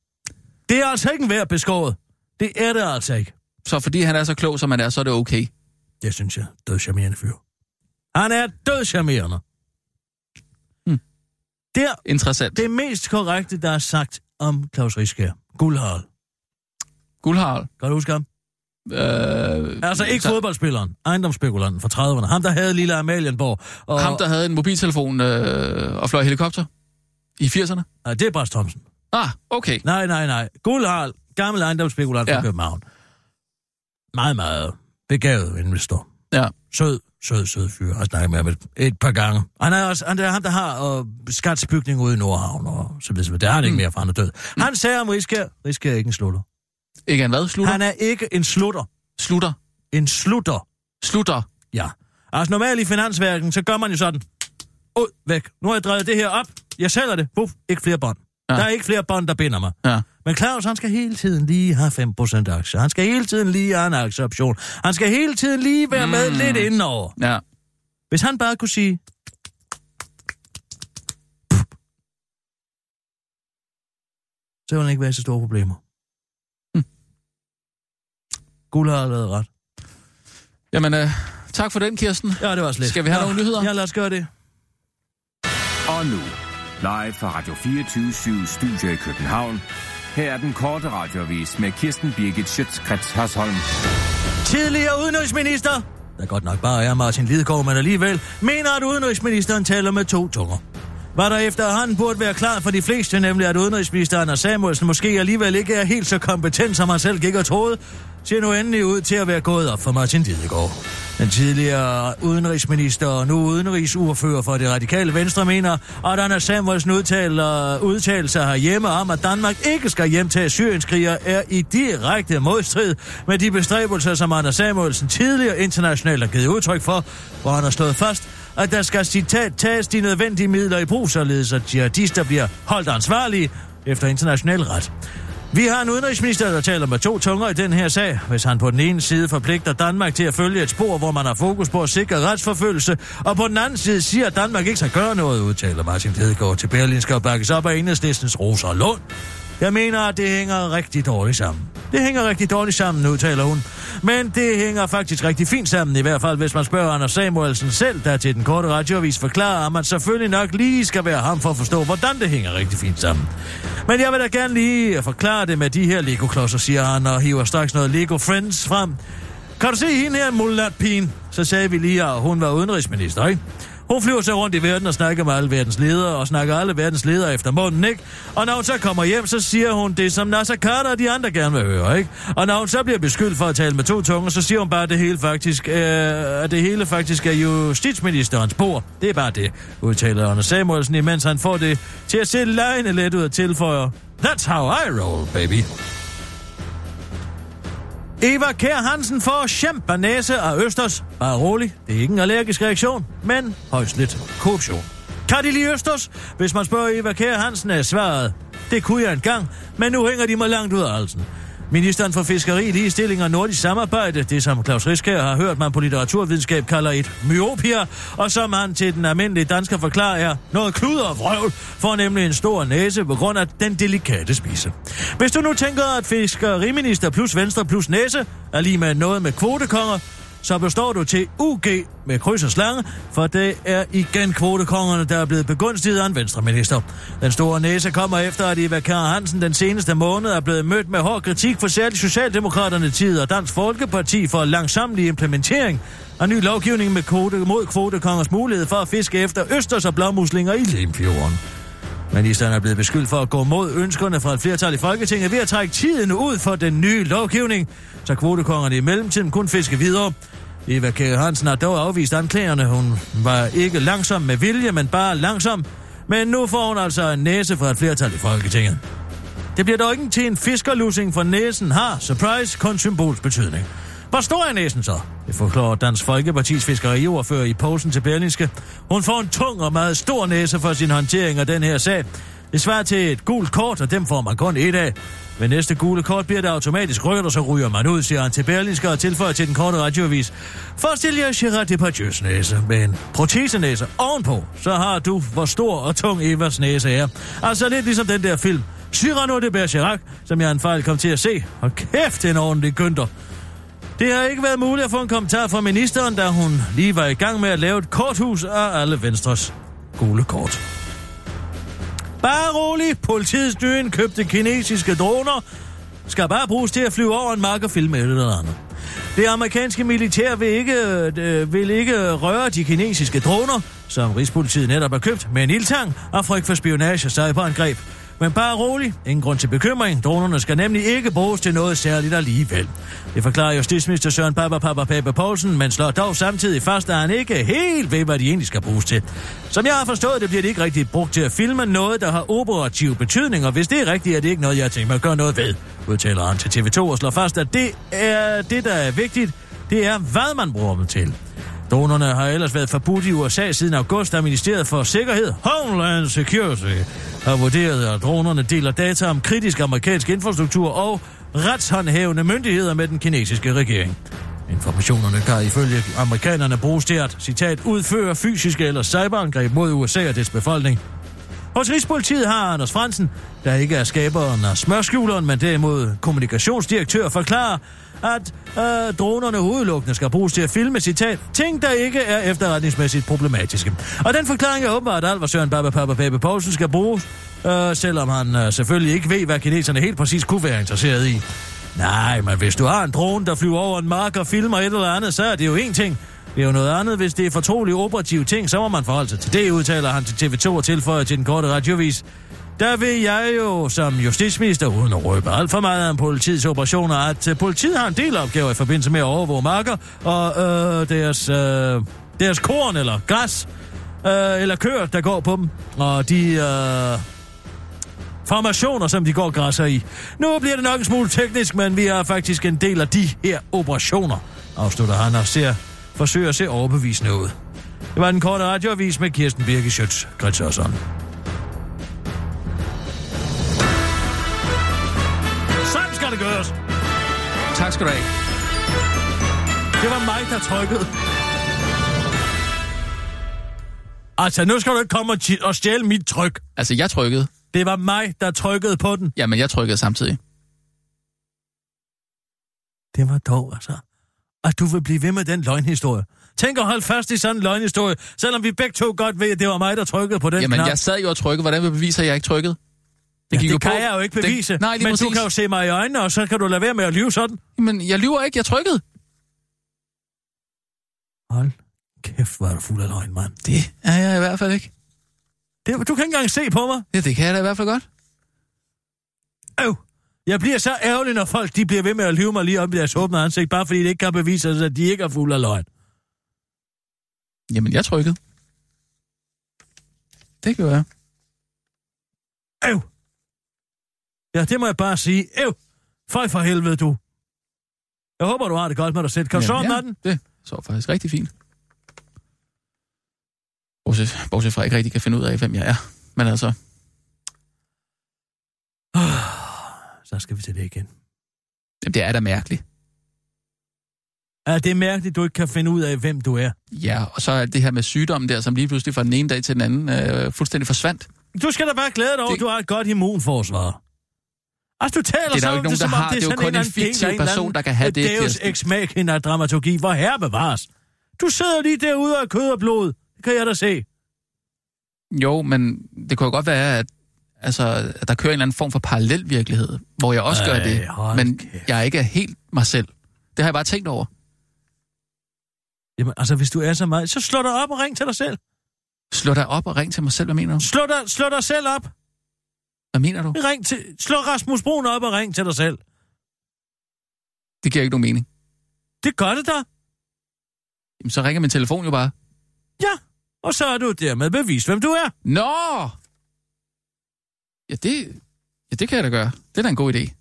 Speaker 3: Det er altså ikke en værd beskåret. Det er det altså ikke.
Speaker 2: Så fordi han er så klog, som han er, så er det okay.
Speaker 3: Det synes jeg. Dødcharmerende fyr. Han er dødcharmerende.
Speaker 2: Hmm.
Speaker 3: Hmm. Der
Speaker 2: Interessant. Det...
Speaker 3: det mest korrekte, der er sagt om Claus Rieskjær. Guldharald.
Speaker 2: Guldharl.
Speaker 3: Kan du huske ham?
Speaker 2: Øh,
Speaker 3: Altså ikke
Speaker 2: så-
Speaker 3: fodboldspilleren, ejendomsspekulanten fra 30'erne. Ham, der havde lille Amalienborg. Og...
Speaker 2: Ham, der havde en mobiltelefon øh, og fløj helikopter i 80'erne?
Speaker 3: Nej, det er Bras Thomsen.
Speaker 2: Ah, okay.
Speaker 3: Nej, nej, nej. Guldharald, gammel ejendomsspekulant ja.
Speaker 2: Ja.
Speaker 3: fra København. Meget, meget begavet investor.
Speaker 2: Ja.
Speaker 3: Sød, sød, sød fyr. Jeg har snakket med ham et, et par gange. Han er, også, han er ham, der har øh, skatsbygning ude i Nordhavn og så videre. så videre. Det har
Speaker 2: Mm.
Speaker 3: han ikke mere, for han er død. Han sagde om Riskær. Riskær er ikke en slutter.
Speaker 2: Ikke en hvad? Slutter?
Speaker 3: Han er ikke en slutter.
Speaker 2: Slutter.
Speaker 3: En slutter,
Speaker 2: Slutter.
Speaker 3: ja. Altså normalt i finansverken, så gør man jo sådan. Ud, væk. Nu har jeg drevet det her op. Jeg sælger det. Puff, ikke flere bånd.
Speaker 2: Ja.
Speaker 3: Ja. Der er ikke flere bånd, der binder mig.
Speaker 2: Ja.
Speaker 3: Men Claus, han skal hele tiden lige have 5% aktier. Han skal hele tiden lige have en aktieoption. Han skal hele tiden lige være med
Speaker 2: Mm.
Speaker 3: mm. lidt indenover.
Speaker 2: Ja.
Speaker 3: Hvis han bare kunne sige... Så ville han ikke være i så store problemer.
Speaker 2: Mm.
Speaker 3: Guld har allerede ret.
Speaker 2: Jamen, øh, tak for den, Kirsten.
Speaker 3: Ja, det var slet.
Speaker 2: Skal vi have
Speaker 3: ja.
Speaker 2: nogle nyheder?
Speaker 3: Ja, lad os gøre det.
Speaker 5: Og nu, live fra Radio 24 Studio i København. Her er den korte radiovis med Kirsten Birgit Schøtzgrads Hasholm.
Speaker 3: Tidligere udenrigsminister, der godt nok bare er Martin Lidegaard, men alligevel, mener, at udenrigsministeren taler med to tunger. Hvad der efterhånden burde være klart for de fleste, nemlig at udenrigsministeren og Samuelsen måske alligevel ikke er helt så kompetent, som han selv gik og troede, ser nu endelig ud til at være gået op for Martin Lidegaard. Den tidligere udenrigsminister og nu udenrigsordfører for det radikale venstre mener, at Anders Samuelsen udtaler, udtalelser herhjemme om, at Danmark ikke skal hjemtage syrienskriger, er i direkte modstrid med de bestræbelser, som Anders Samuelsen tidligere internationalt har givet udtryk for, hvor han har stået fast, at der skal citat tages de nødvendige midler i brug, således at jihadister bliver holdt ansvarlige efter international ret. Vi har en udenrigsminister, der taler med to tunger i den her sag. Hvis han på den ene side forpligter Danmark til at følge et spor, hvor man har fokus på at sikre retsforfølgelse, og på den anden side siger, at Danmark ikke skal gøre noget, udtaler Martin Hedegaard til Berlinske og bakkes op af enhedslistens Rosa og Lund. Jeg mener, at det hænger rigtig dårligt sammen. Det hænger rigtig dårligt sammen, udtaler hun. Men det hænger faktisk rigtig fint sammen, i hvert fald hvis man spørger Anders Samuelsen selv, der til den korte radioavis forklarer, at man selvfølgelig nok lige skal være ham for at forstå, hvordan det hænger rigtig fint sammen. Men jeg vil da gerne lige forklare det med de her Lego-klodser, siger han, og hiver straks noget Lego Friends frem. Kan du se hende her, mullatpigen? Så sagde vi lige, at hun var udenrigsminister, ikke? Hun flyver så rundt i verden og snakker med alle verdens ledere, og snakker alle verdens ledere efter munden, ikke? Og når hun så kommer hjem, så siger hun det, som Nasser Carter og de andre gerne vil høre, ikke? Og når hun så bliver beskyldt for at tale med to tunger, så siger hun bare, at det hele faktisk, øh, at det hele faktisk er justitsministerens bord. Det er bare det, udtaler Anders Samuelsen, imens han får det til at se lejende let ud og tilføjer, That's how I roll, baby. Eva Kær Hansen får champagnese af Østers. Bare rolig, det er ikke en allergisk reaktion, men højst lidt korruption. Kan de lide Østers? Hvis man spørger Eva Kær Hansen, er svaret, det kunne jeg engang, men nu hænger de mig langt ud af halsen. Ministeren for Fiskeri, Ligestilling og Nordisk Samarbejde, det som Claus Riskær har hørt man på litteraturvidenskab kalder et myopia, og som han til den almindelige dansker forklarer er noget kluder og vrøvl, får nemlig en stor næse på grund af den delikate spise. Hvis du nu tænker, at fiskeriminister plus venstre plus næse er lige med noget med kvotekonger, så består du til UG med kryds og slange, for det er igen kvotekongerne, der er blevet begunstiget af en venstreminister. Den store næse kommer efter, at Eva Kjær Hansen den seneste måned er blevet mødt med hård kritik for særligt Socialdemokraterne tid og Dansk Folkeparti for langsamlig implementering af ny lovgivning med kvote mod kvotekongers mulighed for at fiske efter østers og blåmuslinger i Limfjorden. Ministeren er blevet beskyldt for at gå mod ønskerne fra et flertal i Folketinget ved at trække tiden ud for den nye lovgivning, så kvotekongerne i mellemtiden kun fiske videre. Eva Kjær Hansen har dog afvist anklagerne. Hun var ikke langsom med vilje, men bare langsom. Men nu får hun altså en næse fra et flertal i Folketinget. Det bliver dog ikke til en fiskerlussing, for næsen har, surprise, kun symbolsk betydning. Hvor stor er næsen så? Det forklarer Dansk Folkepartis fiskeriordfører i Poulsen til Berlingske. Hun får en tung og meget stor næse for sin håndtering af den her sag. Det svarer til et gult kort, og dem får man kun et af. Ved næste gule kort bliver det automatisk rødt, og så ryger man ud, siger han til Berlingske og tilføjer til den korte radioavis. Forestil jer Gerard Depardieu's næse med en protesenæse ovenpå, så har du, hvor stor og tung Evas næse er. Altså lidt ligesom den der film, Cyrano de Bergerac, som jeg en fejl kom til at se. Og kæft, det er en ordentlig gynder. Det har ikke været muligt at få en kommentar fra ministeren, da hun lige var i gang med at lave et korthus af alle Venstres gule kort. Bare rolig, politiets nye indkøbte kinesiske droner skal bare bruges til at flyve over en mark og filme et eller andet. Det amerikanske militær vil ikke, øh, vil ikke røre de kinesiske droner, som Rigspolitiet netop har købt med en ildtang og frygt for spionage og cyberangreb. Men bare rolig. Ingen grund til bekymring. Dronerne skal nemlig ikke bruges til noget særligt alligevel. Det forklarer justitsminister Søren Papa Papa Papa Poulsen, men slår dog samtidig fast, at han ikke er helt ved, hvad de egentlig skal bruges til. Som jeg har forstået det, bliver det ikke rigtig brugt til at filme noget, der har operativ betydning, og hvis det er rigtigt, er det ikke noget, jeg tænker mig at gøre noget ved, udtaler han til TV2 og slår fast, at det, er det der er vigtigt, det er, hvad man bruger dem til. Dronerne har ellers været forbudt i USA siden august, da Ministeriet for Sikkerhed, Homeland Security, har vurderet, at dronerne deler data om kritisk amerikansk infrastruktur og retshåndhævende myndigheder med den kinesiske regering. Informationerne kan ifølge amerikanerne bruges til at, citat, udføre fysiske eller cyberangreb mod USA og dets befolkning. Hos Rigspolitiet har Anders Fransen, der ikke er skaberen af smørskjuleren, men derimod kommunikationsdirektør, forklarer, at øh, dronerne udelukkende skal bruges til at filme, citat, ting, der ikke er efterretningsmæssigt problematiske. Og den forklaring er åbenbart alt, hvad Søren Baba Papa Pape Poulsen skal bruges, øh, selvom han øh, selvfølgelig ikke ved, hvad kineserne helt præcis kunne være interesseret i. Nej, men hvis du har en drone, der flyver over en mark og filmer et eller andet, så er det jo én ting. Det er jo noget andet, hvis det er fortrolige operative ting, så må man forholde sig til det, udtaler han til TV2 og tilføjer til den korte radiovis. Der vil jeg jo som justitsminister, uden at røbe alt for meget om politiets operationer, at øh, politiet har en del opgaver i forbindelse med at overvåge marker og øh, deres, øh, deres korn eller græs øh, eller køer, der går på dem. Og de... Øh, formationer, som de går og græsser i. Nu bliver det nok en smule teknisk, men vi har faktisk en del af de her operationer, afslutter han og ser, forsøger at se overbevisende ud. Det var den korte radioavis med Kirsten Birke Schøtz, Gretsørsson. Sådan skal det gøres!
Speaker 2: Tak skal du have.
Speaker 3: Det var mig, der trykkede. Altså, nu skal du ikke komme og, ti- og stjæle mit tryk.
Speaker 2: Altså, jeg trykkede.
Speaker 3: Det var mig, der trykkede på den.
Speaker 2: Jamen, jeg trykkede samtidig.
Speaker 3: Det var dog, altså. At du vil blive ved med den løgnhistorie. Tænk at holde fast i sådan en løgnhistorie, selvom vi begge to godt ved, at det var mig, der trykkede på den
Speaker 2: Jamen,
Speaker 3: knap.
Speaker 2: jeg sad jo og trykkede. Hvordan vil jeg bevise, at jeg ikke trykkede?
Speaker 3: det, ja,
Speaker 2: gik
Speaker 3: det
Speaker 2: jo
Speaker 3: kan
Speaker 2: på.
Speaker 3: jeg jo ikke
Speaker 2: Det-
Speaker 3: bevise.
Speaker 2: Nej, lige
Speaker 3: men du
Speaker 2: præcis.
Speaker 3: kan jo se mig i øjnene, og så kan du lade være med at lyve sådan.
Speaker 2: Men jeg lyver ikke. Jeg trykkede.
Speaker 3: Hold kæft, hvor er du fuld af løgn, mand.
Speaker 2: Det er jeg i hvert fald ikke.
Speaker 3: Det, du kan ikke engang se på mig.
Speaker 2: Ja, det kan jeg da i hvert fald godt.
Speaker 3: Øv! Jeg bliver så ærgerlig, når folk de bliver ved med at lyve mig lige op i deres åbne ansigt, bare fordi det ikke kan bevise sig, at de ikke er fuld af løgn.
Speaker 2: Jamen, jeg trykkede. Det gjorde jeg.
Speaker 3: Øv! Ja, det må jeg bare sige. Øv! Føj for helvede, du. Jeg håber, du har det godt med dig selv. Kan du sove om
Speaker 2: Jamen, ja,
Speaker 3: natten?
Speaker 2: Det så faktisk rigtig fint. Bortset, bortset fra, at jeg ikke rigtig kan finde ud af, hvem jeg er. Men altså,
Speaker 3: Så skal vi til det igen.
Speaker 2: jamen, det er da mærkeligt.
Speaker 3: Er det mærkeligt, du ikke kan finde ud af, hvem du er?
Speaker 2: Ja, og så er det her med sygdommen der, som lige pludselig fra den ene dag til den anden øh, fuldstændig forsvandt.
Speaker 3: Du skal da bare glæde dig over,
Speaker 2: Det-
Speaker 3: at du har et godt immunforsvar. Altså, du taler
Speaker 2: Det er
Speaker 3: så
Speaker 2: der jo
Speaker 3: om
Speaker 2: ikke nogen,
Speaker 3: som
Speaker 2: der
Speaker 3: om
Speaker 2: har.
Speaker 3: er
Speaker 2: Det er jo
Speaker 3: sådan
Speaker 2: kun
Speaker 3: eller
Speaker 2: en
Speaker 3: anden del af
Speaker 2: fiktiv
Speaker 3: en eller
Speaker 2: person,
Speaker 3: anden
Speaker 2: der kan have det,
Speaker 3: Deus
Speaker 2: Kirsten.
Speaker 3: ex machina dramaturgi, hvor herre bevares. Du sidder lige derude af kød og blod. Det kan jeg da se.
Speaker 2: Jo, men det kunne jo godt være, at, altså, at der kører en eller anden form for parallel virkelighed, hvor jeg også gør
Speaker 3: Ej,
Speaker 2: det,
Speaker 3: hold
Speaker 2: men
Speaker 3: kæft.
Speaker 2: jeg ikke er helt mig selv. Det har jeg bare tænkt over.
Speaker 3: Jamen, altså, hvis du er så meget, så slå dig op og ring til dig selv.
Speaker 2: Slå dig op og ring til mig selv. Hvad mener du?
Speaker 3: Slå dig, slå dig selv op.
Speaker 2: Hvad mener du?
Speaker 3: Ring til, slå Rasmus Brun op og ring til dig selv.
Speaker 2: Det giver ikke nogen mening.
Speaker 3: Det gør det da.
Speaker 2: Jamen, så ringer min telefon jo bare.
Speaker 3: Ja. Og så er du dermed bevist, hvem du er.
Speaker 2: Nå! Ja, det, ja, det kan jeg da gøre. Det er da en god idé.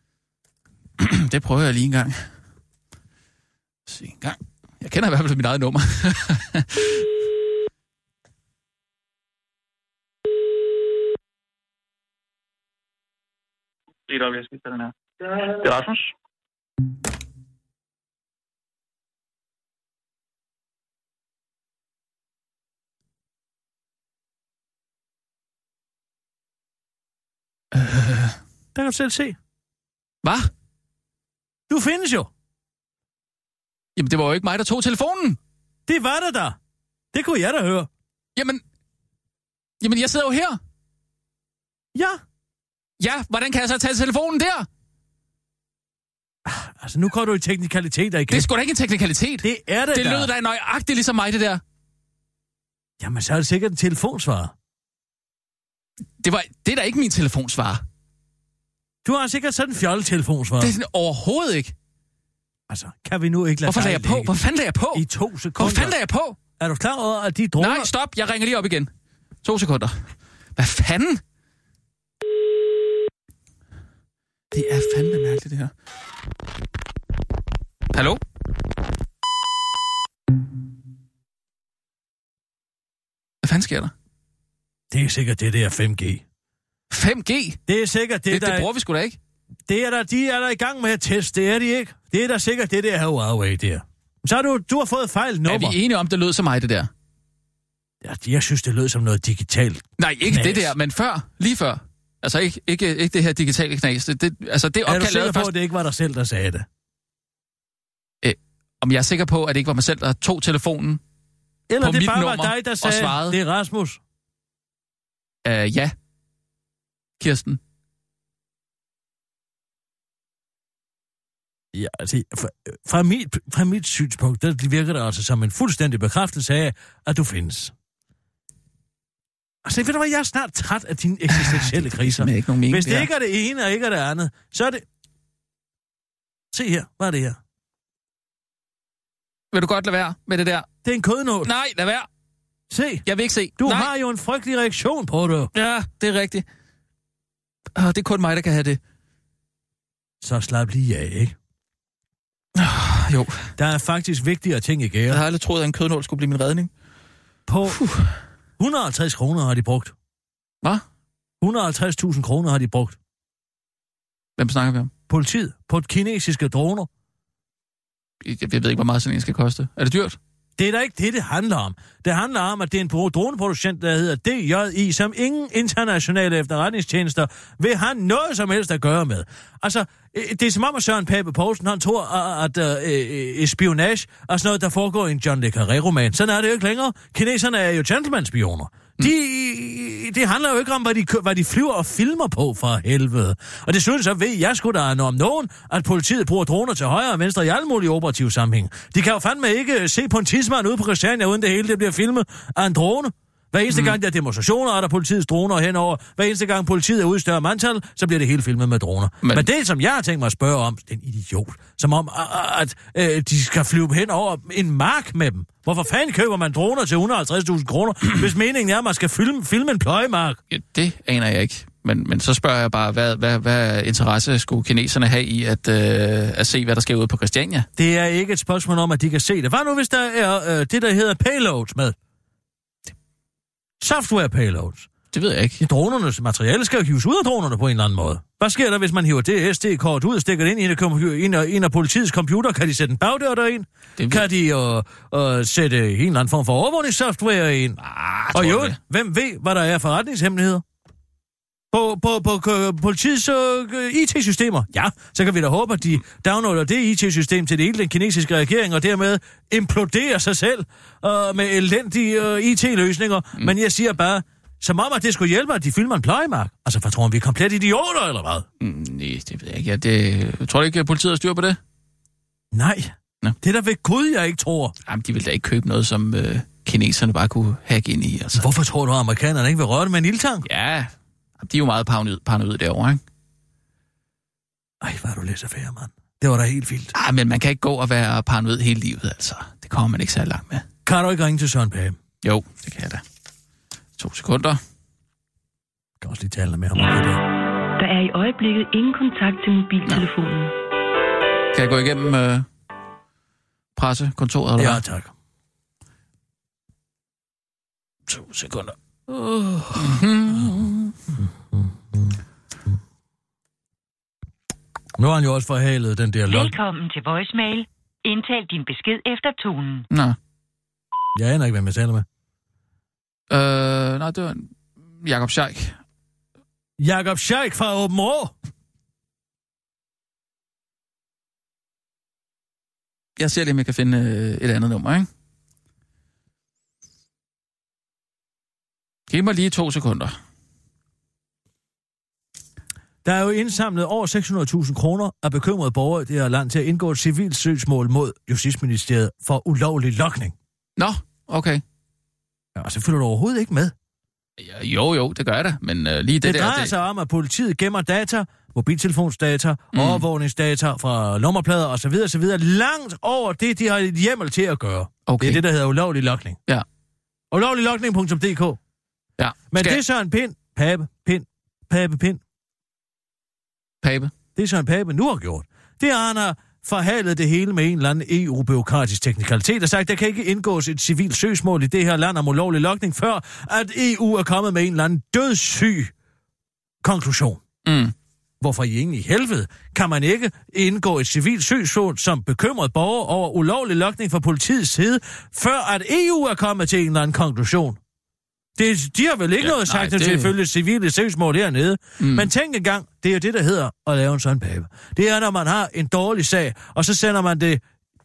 Speaker 2: det prøver jeg lige en gang. Se en gang. Jeg kender i hvert fald mit eget nummer.
Speaker 7: Lige op, jeg skal tage den her. Det er Rasmus.
Speaker 3: Der kan du selv se.
Speaker 2: Hvad?
Speaker 3: Du findes jo.
Speaker 2: Jamen, det var jo ikke mig, der tog telefonen.
Speaker 3: Det var der da. Det kunne jeg da høre.
Speaker 2: Jamen, jamen jeg sidder jo her.
Speaker 3: Ja.
Speaker 2: Ja, hvordan kan jeg så tage telefonen der?
Speaker 3: Altså, nu går du i teknikaliteter igen.
Speaker 2: Det er sgu da ikke en teknikalitet.
Speaker 3: det er det,
Speaker 2: det
Speaker 3: da.
Speaker 2: lød da nøjagtigt ligesom mig, det der.
Speaker 3: Jamen, så er det sikkert en telefonsvarer.
Speaker 2: Det, var, det er da ikke min telefonsvarer.
Speaker 3: Du har sikkert sådan en fjolletelefon, svar.
Speaker 2: Det er sådan overhovedet ikke.
Speaker 3: Altså, kan vi nu ikke lade
Speaker 2: Hvorfor
Speaker 3: dig
Speaker 2: lagde jeg på?
Speaker 3: ligge
Speaker 2: Hvor fanden lagde jeg på?
Speaker 3: I to sekunder.
Speaker 2: Hvor fanden lagde jeg på?
Speaker 3: Er du klar over, at de droner...
Speaker 2: Nej, stop. Jeg ringer lige op igen. To sekunder. Hvad fanden? Det er fandme mærkeligt, det her. Hallo? Hvad fanden sker der?
Speaker 3: Det er sikkert det der 5G.
Speaker 2: 5G?
Speaker 3: Det er sikkert det,
Speaker 2: Det,
Speaker 3: der...
Speaker 2: det bruger vi sgu da ikke.
Speaker 3: det er der, de er der i gang med at teste, det er de ikke? Det er der sikkert det der her Huawei der. Så har du, du har fået fejl
Speaker 2: Er
Speaker 3: nummer.
Speaker 2: vi enige om, det lød som mig, det der?
Speaker 3: Ja, jeg synes, det lød som noget digitalt.
Speaker 2: Nej, ikke
Speaker 3: Knas.
Speaker 2: det der, men før. Lige før. Altså ikke, ikke, ikke det her digitale knas. Det, det, altså det
Speaker 3: er du
Speaker 2: opkald
Speaker 3: sikker
Speaker 2: lavede
Speaker 3: på,
Speaker 2: først...
Speaker 3: at det ikke var dig selv, der sagde det?
Speaker 2: Øh, Om jeg er sikker på, at det ikke var mig selv, der tog telefonen?
Speaker 3: Eller
Speaker 2: På
Speaker 3: det
Speaker 2: mit
Speaker 3: bare var
Speaker 2: nummer
Speaker 3: dig, der
Speaker 2: og
Speaker 3: sagde,
Speaker 2: svarede.
Speaker 3: det er Rasmus.
Speaker 2: Uh, ja. Kirsten.
Speaker 3: Ja, altså, fra, fra, mit, fra mit synspunkt, der virker det altså som en fuldstændig bekræftelse af, at du findes. Altså, ved du hvad, jeg er snart træt af dine eksistentielle kriser.
Speaker 2: simpelthen ikke nogen mening,
Speaker 3: Hvis det
Speaker 2: det
Speaker 3: ikke er det ene og ikke er det andet, så er det... Se her, hvad er det her?
Speaker 2: Vil du godt lade være med det der?
Speaker 3: Det er en kodenål.
Speaker 2: Nej, lad være.
Speaker 3: Se,
Speaker 2: Jeg vil ikke se.
Speaker 3: du
Speaker 2: Nej.
Speaker 3: Nej. har jo en frygtelig reaktion på det.
Speaker 2: Ja, det er rigtigt. Oh, det er kun mig, der kan have det.
Speaker 3: Så slap lige af, ikke?
Speaker 2: Ah, Jo,
Speaker 3: Der er faktisk vigtigere ting i
Speaker 2: jeg
Speaker 3: gære.
Speaker 2: har aldrig troet, at en kødnål skulle blive min redning.
Speaker 3: På 150 kroner har de brugt.
Speaker 2: Hvad?
Speaker 3: 150.000 kroner har de brugt.
Speaker 2: Hvem snakker vi om?
Speaker 3: Politiet på kinesiske droner.
Speaker 2: Jeg jeg ved ikke, hvor meget sådan en skal koste. Er det dyrt?
Speaker 3: Det er da ikke det, det handler om. Det handler om, at det er en pro- droneproducent, der hedder DJI, som ingen internationale efterretningstjenester vil have noget som helst at gøre med. Altså, øh, det er som om, at Søren Pape Poulsen, han tror, at, at, øh, at, at spionage og sådan noget, der foregår i en John Le Carré-roman. Sådan er det jo ikke længere. Kineserne er jo gentleman-spioner. De, det handler jo ikke om, hvad Mm. de, kø- hvad de flyver og filmer på for helvede. Og desuden så ved jeg sgu da om nogen, at politiet bruger droner til højre og venstre i alle mulige operative sammenhæng. De kan jo fandme ikke se på en tidsmand ude på Christiania, uden det hele det bliver filmet af en drone. Hver eneste mm. gang der er demonstrationer, er der politiets droner henover. Hver eneste gang politiet er ude i større mandtal, så bliver det hele filmet med droner. Men,
Speaker 2: Men-
Speaker 3: Men det, som jeg har tænkt mig at spørge om, det er en idiot. Som om, at, at, øh, de skal flyve hen over en mark med dem. Hvorfor fanden køber man droner til 150.000 kroner, hvis meningen er, at man skal filme, filme en pløjemark?
Speaker 2: Ja, det aner jeg ikke. Men, men så spørger jeg bare, hvad, hvad, hvad interesse skulle kineserne have i at, øh, at se, hvad der sker ude på Christiania?
Speaker 3: Det er ikke et spørgsmål om, at de kan se det. Hvad nu, hvis der er øh, det, der hedder payloads med? Software payloads.
Speaker 2: Det ved jeg ikke.
Speaker 3: Ja, dronernes materiale skal jo hives ud af dronerne på en eller anden måde. Hvad sker der, hvis man hiver det SD-kort ud og stikker det ind i en af, compu- en af, en af politiets computer? Kan de sætte en bagdør derind?
Speaker 2: ved-
Speaker 3: Kan de øh, øh, sætte en eller anden form for overvågningssoftware ind?
Speaker 2: Ah,
Speaker 3: og
Speaker 2: tror
Speaker 3: jo,
Speaker 2: jeg det.
Speaker 3: hvem ved, hvad der er forretningshemmeligheder? På, på, på, på politiets øh, IT-systemer? Ja, så kan vi da håbe, at de downloader det IT-system til det hele den kinesiske regering, og dermed imploderer sig selv øh, med elendige øh, IT-løsninger. Mm. Men jeg siger bare, som om, at det skulle hjælpe, at de filmer en plejemark. Altså, hvad tror man, vi er komplet idioter, eller hvad?
Speaker 2: Mm, Nej, det ved jeg ikke. Ja, det... Tror du ikke, at politiet har styr på det?
Speaker 3: Nej.
Speaker 2: Nå.
Speaker 3: Det er da ved Gud, jeg ikke tror.
Speaker 2: Jamen, de ville da ikke købe noget, som øh, kineserne bare kunne hacke ind i. Altså.
Speaker 3: Hvorfor tror du, at amerikanerne ikke vil røre det med en ildtang?
Speaker 2: Ja, Jamen, de er jo meget paranoid, paranoid derovre, ikke?
Speaker 3: Ej, hvor er du lidt affære, mand. Det var da helt vildt.
Speaker 2: Ah, men man kan ikke gå og være paranoid hele livet, altså. Det kommer man ikke særlig langt med.
Speaker 3: Kan du ikke ringe til Søren Pape?
Speaker 2: Jo, det kan jeg da. To sekunder.
Speaker 3: Jeg kan også lige tale med ham om det der.
Speaker 8: Der er i øjeblikket ingen kontakt til mobiltelefonen.
Speaker 2: Kan jeg gå igennem øh, pressekontoret? Eller
Speaker 3: Ja,
Speaker 2: hvad?
Speaker 3: tak.
Speaker 2: To sekunder.
Speaker 3: Nu har han jo også forhalet den der lok.
Speaker 4: Velkommen til voicemail. Indtal din besked efter tonen.
Speaker 2: Nå.
Speaker 3: Jeg aner ikke, hvem jeg taler med.
Speaker 2: Øh, nej, det var en- Jakob Scheik.
Speaker 3: Jakob Scheik fra Åben Rå.
Speaker 2: Jeg ser lige, om jeg kan finde øh, et andet nummer, ikke? Giv mig lige to sekunder.
Speaker 3: Der er jo indsamlet over 600.000 kroner af bekymrede borgere i det her land til at indgå et civilt søgsmål mod Justitsministeriet for ulovlig lokning.
Speaker 2: Nå, okay.
Speaker 3: Ja, og så følger du overhovedet ikke med.
Speaker 2: Ja, Jo, jo, det gør jeg da, men øh, lige det,
Speaker 3: Det, det
Speaker 2: der...
Speaker 3: drejer sig om, at politiet gemmer data, mobiltelefonsdata,
Speaker 2: Mm.
Speaker 3: mm. overvågningsdata fra nummerplader osv. osv. langt over det, de har et hjemmel til at gøre.
Speaker 2: Okay.
Speaker 3: Det er det, der hedder ulovlig lokning.
Speaker 2: Ja.
Speaker 3: Ulovliglokning.dk.
Speaker 2: Ja.
Speaker 3: Men
Speaker 2: Skal-
Speaker 3: det er Søren Pind, Pape, Pind, Pape, Pind,
Speaker 2: Pape.
Speaker 3: det er Søren Pape nu har gjort. Det er, at han har forhalet det hele med en eller anden EU-byråkratisk teknikalitet og sagt, der kan ikke indgås et civilt søgsmål i det her land om ulovlig lokning, før at EU er kommet med en eller anden dødssyg konklusion.
Speaker 2: Mm.
Speaker 3: Hvorfor i ingen i helvede kan man ikke indgå et civilt søgsmål som bekymret borger over ulovlig lokning fra politiets side, før at EU er kommet til en eller anden konklusion? Det, de har vel ikke
Speaker 2: Ja,
Speaker 3: ja, noget
Speaker 2: nej,
Speaker 3: sagt, at
Speaker 2: det-
Speaker 3: det... selvfølgelig civile søgsmål hernede. Mm. Men tænk engang, det er jo det, der hedder at lave en sådan pape. Det er, når man har en dårlig sag, og så sender man det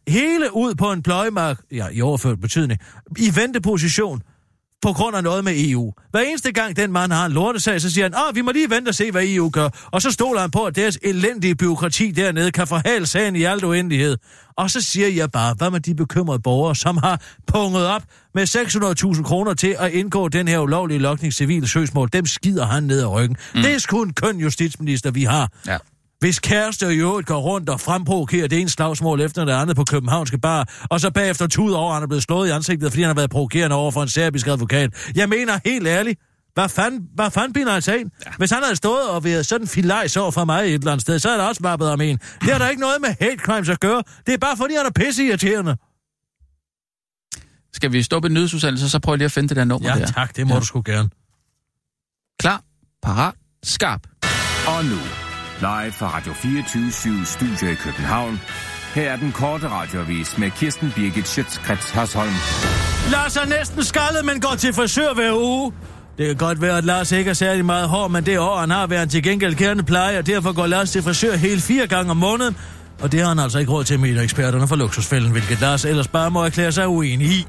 Speaker 3: hele ud på en pløjemark, ja, i overført betydning, i venteposition, på grund af noget med EU. Hver eneste gang den mand har en lortesag, så siger han, ah, vi må lige vente og se, hvad EU gør. Og så stoler han på, at deres elendige byråkrati dernede kan forhale sagen i alt uendelighed. Og så siger jeg bare, hvad med de bekymrede borgere, som har punget op med 600.000 kroner til at indgå den her ulovlige lokning civil søgsmål. Dem skider han ned ad ryggen. Mm. Det er sgu en køn justitsminister, vi har.
Speaker 2: Ja.
Speaker 3: Hvis kærester i øvrigt går rundt og fremprovokerer det ene slagsmål efter det andet på københavnske bar, og så bagefter tuder over, at han er blevet slået i ansigtet, fordi han har været provokerende over for en serbisk advokat. Jeg mener helt ærligt, hvad fanden, hvad fanden binder han sig ind? Ja. Hvis han havde stået og været sådan filajs over for mig et eller andet sted, så havde der også mappet om en. Det har der ikke noget med hate crimes at gøre. Det er bare fordi, han er pisseirriterende.
Speaker 2: Skal vi stoppe en nyhedsudsendelse, så prøv lige at finde det der nummer
Speaker 3: Ja
Speaker 2: der.
Speaker 3: tak, det må
Speaker 2: Ja.
Speaker 3: ja. du sgu gerne.
Speaker 2: Klar, parat, skarp.
Speaker 5: Og nu, live fra Radio 24 Studio i København. Her er den korte radiovis med Kirsten Birgit Schøtzgrads Hasholm.
Speaker 3: Lars er næsten skaldet, men går til frisør hver uge. Det kan godt være, at Lars ikke er særlig meget hård, men det år, han har været til gengæld kærende pleje, og derfor går Lars til frisør hele fire gange om måneden. Og det har han altså ikke råd til, mener eksperterne fra luksusfælden, hvilket Lars ellers bare må erklære sig uenig i.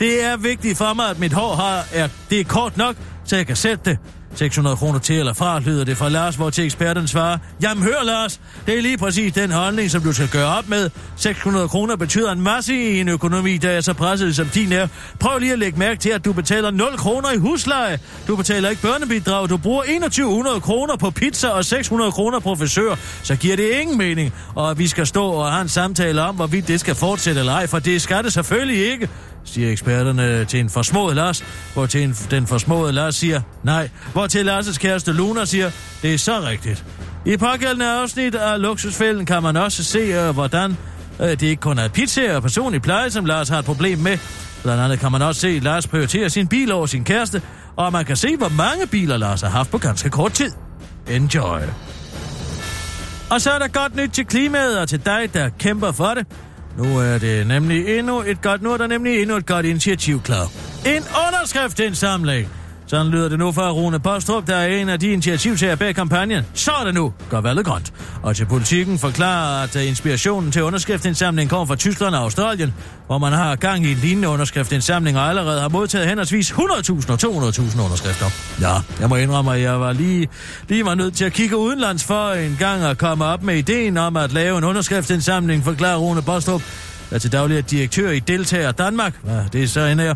Speaker 3: Det er vigtigt for mig, at mit hår har, er, det er kort nok, så jeg kan sætte det. 600 kroner til eller fra, lyder det fra Lars, hvor til eksperten svarer, Jamen hør Lars, det er lige præcis den holdning, som du skal gøre op med. 600 kroner betyder en masse i en økonomi, der er så presset som din er. Prøv lige at lægge mærke til, at du betaler 0 kroner i husleje. Du betaler ikke børnebidrag, du bruger 2100 kroner på pizza og 600 kroner på frisør. Så giver det ingen mening, og vi skal stå og have en samtale om, hvorvidt det skal fortsætte eller ej, for det skal det selvfølgelig ikke siger eksperterne til en forsmået Lars, hvor til en, den forsmåede Lars siger nej, hvor til Lars' kæreste Luna siger, det er så rigtigt. I pågældende afsnit af Luksusfælden kan man også se, øh, hvordan øh, det ikke kun er pizza og personlig pleje, som Lars har et problem med. Blandt andet kan man også se, at Lars prioriterer sin bil over sin kæreste, og man kan se, hvor mange biler Lars har haft på ganske kort tid. Enjoy. Og så er der godt nyt til klimaet og til dig, der kæmper for det. Nu er det nemlig endnu et godt, nu er der nemlig endnu et godt initiativ klar. En underskriftindsamling. Sådan lyder det nu fra Rune Postrup, der er en af de initiativtager bag kampagnen. Så er det nu. Gør valget grønt. Og til politikken forklarer, at øh, inspirationen til underskriftindsamlingen kommer fra Tyskland og Australien, hvor man har gang i en lignende underskriftindsamling og allerede har modtaget henholdsvis 100.000 og 200.000 underskrifter. Ja, jeg må indrømme, at jeg var lige, lige var nødt til at kigge udenlands for en gang at komme op med ideen om at lave en underskriftsindsamling, forklarer Rune Bostrup, der til daglig er direktør i Deltager Danmark. Ja, det er så en her.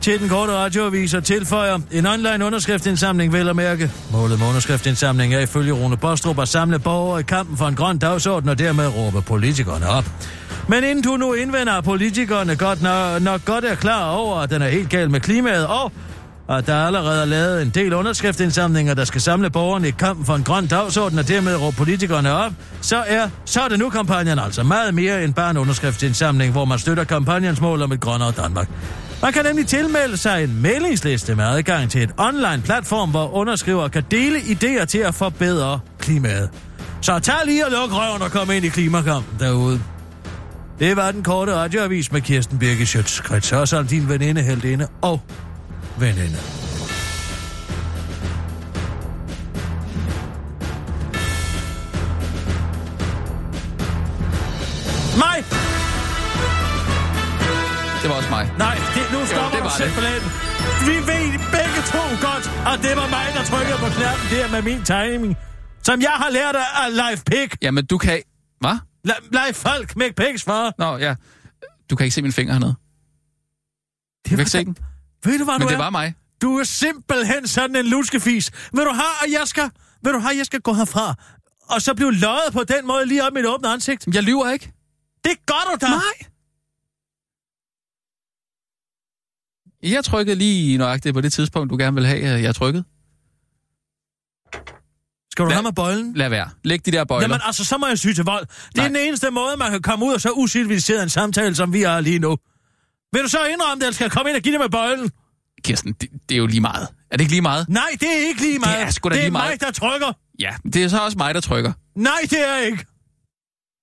Speaker 3: Til den korte radioavis og tilføjer en online underskriftsindsamling, vel at mærke. Målet med underskriftsindsamling er ifølge Rune Bostrup at samle borgere i kampen for en grøn dagsorden og dermed råbe politikerne op. Men inden du nu indvender, at politikerne godt nok, nok godt er klar over, at den er helt gal med klimaet, og at der allerede er lavet en del underskriftindsamlinger, der skal samle borgerne i kampen for en grøn dagsorden, og dermed råbe politikerne op, så er så er det nu kampagnen altså meget mere end bare en underskriftsindsamling, hvor man støtter kampagnens mål om et grønnere Danmark. Man kan nemlig tilmelde sig en meldingsliste med adgang til et online platform, hvor underskrivere kan dele idéer til at forbedre klimaet. Så tag lige og luk røven og kom ind i klimakampen derude. Det var den korte radioavis med Kirsten Birke Schøtz. Og som din veninde, heldinde og veninde. Nej,
Speaker 2: Det var også mig.
Speaker 3: nej, det, nu
Speaker 2: Jo, det
Speaker 3: stopper jo,
Speaker 2: var
Speaker 3: du
Speaker 2: det.
Speaker 3: simpelthen. Vi ved begge to godt, at det var mig, der trykkede på knappen der med min timing. Som jeg har lært af af Leif Pick.
Speaker 2: Jamen, du kan... Hvad?
Speaker 3: Le- Leif Falk, Mick Picks far.
Speaker 2: Nå, ja. Du kan ikke se min finger hernede. Du kan ikke se den.
Speaker 3: Ved du, hvad
Speaker 2: Men
Speaker 3: du
Speaker 2: det
Speaker 3: er?
Speaker 2: var mig.
Speaker 3: Du er simpelthen sådan en luskefis. Vil du have, at jeg skal, vil du have, at jeg skal gå herfra? Og så blive løjet på den måde lige op i mit åbne ansigt?
Speaker 2: Jeg lyver ikke.
Speaker 3: Det gør du da!
Speaker 2: Nej. Jeg trykkede lige nøjagtigt på det tidspunkt, du gerne vil have, at jeg trykkede.
Speaker 3: Skal du
Speaker 2: Lad-
Speaker 3: have mig bøjlen?
Speaker 2: Lad være. Læg de der bøjler.
Speaker 3: Jamen altså, så må jeg syge til vold. Det
Speaker 2: Nej.
Speaker 3: er den eneste måde, man kan komme ud af så usiviliseret en samtale, som vi er lige nu. Vil du så indrømme det, eller skal jeg komme ind og give det med bøjlen?
Speaker 2: Kirsten, det, det er jo lige meget. Er det ikke lige meget?
Speaker 3: Nej, det er ikke lige meget.
Speaker 2: er sgu da
Speaker 3: det er
Speaker 2: lige
Speaker 3: mig,
Speaker 2: meget.
Speaker 3: der trykker.
Speaker 2: Ja, det er så også mig, der trykker.
Speaker 3: Nej, det er ikke.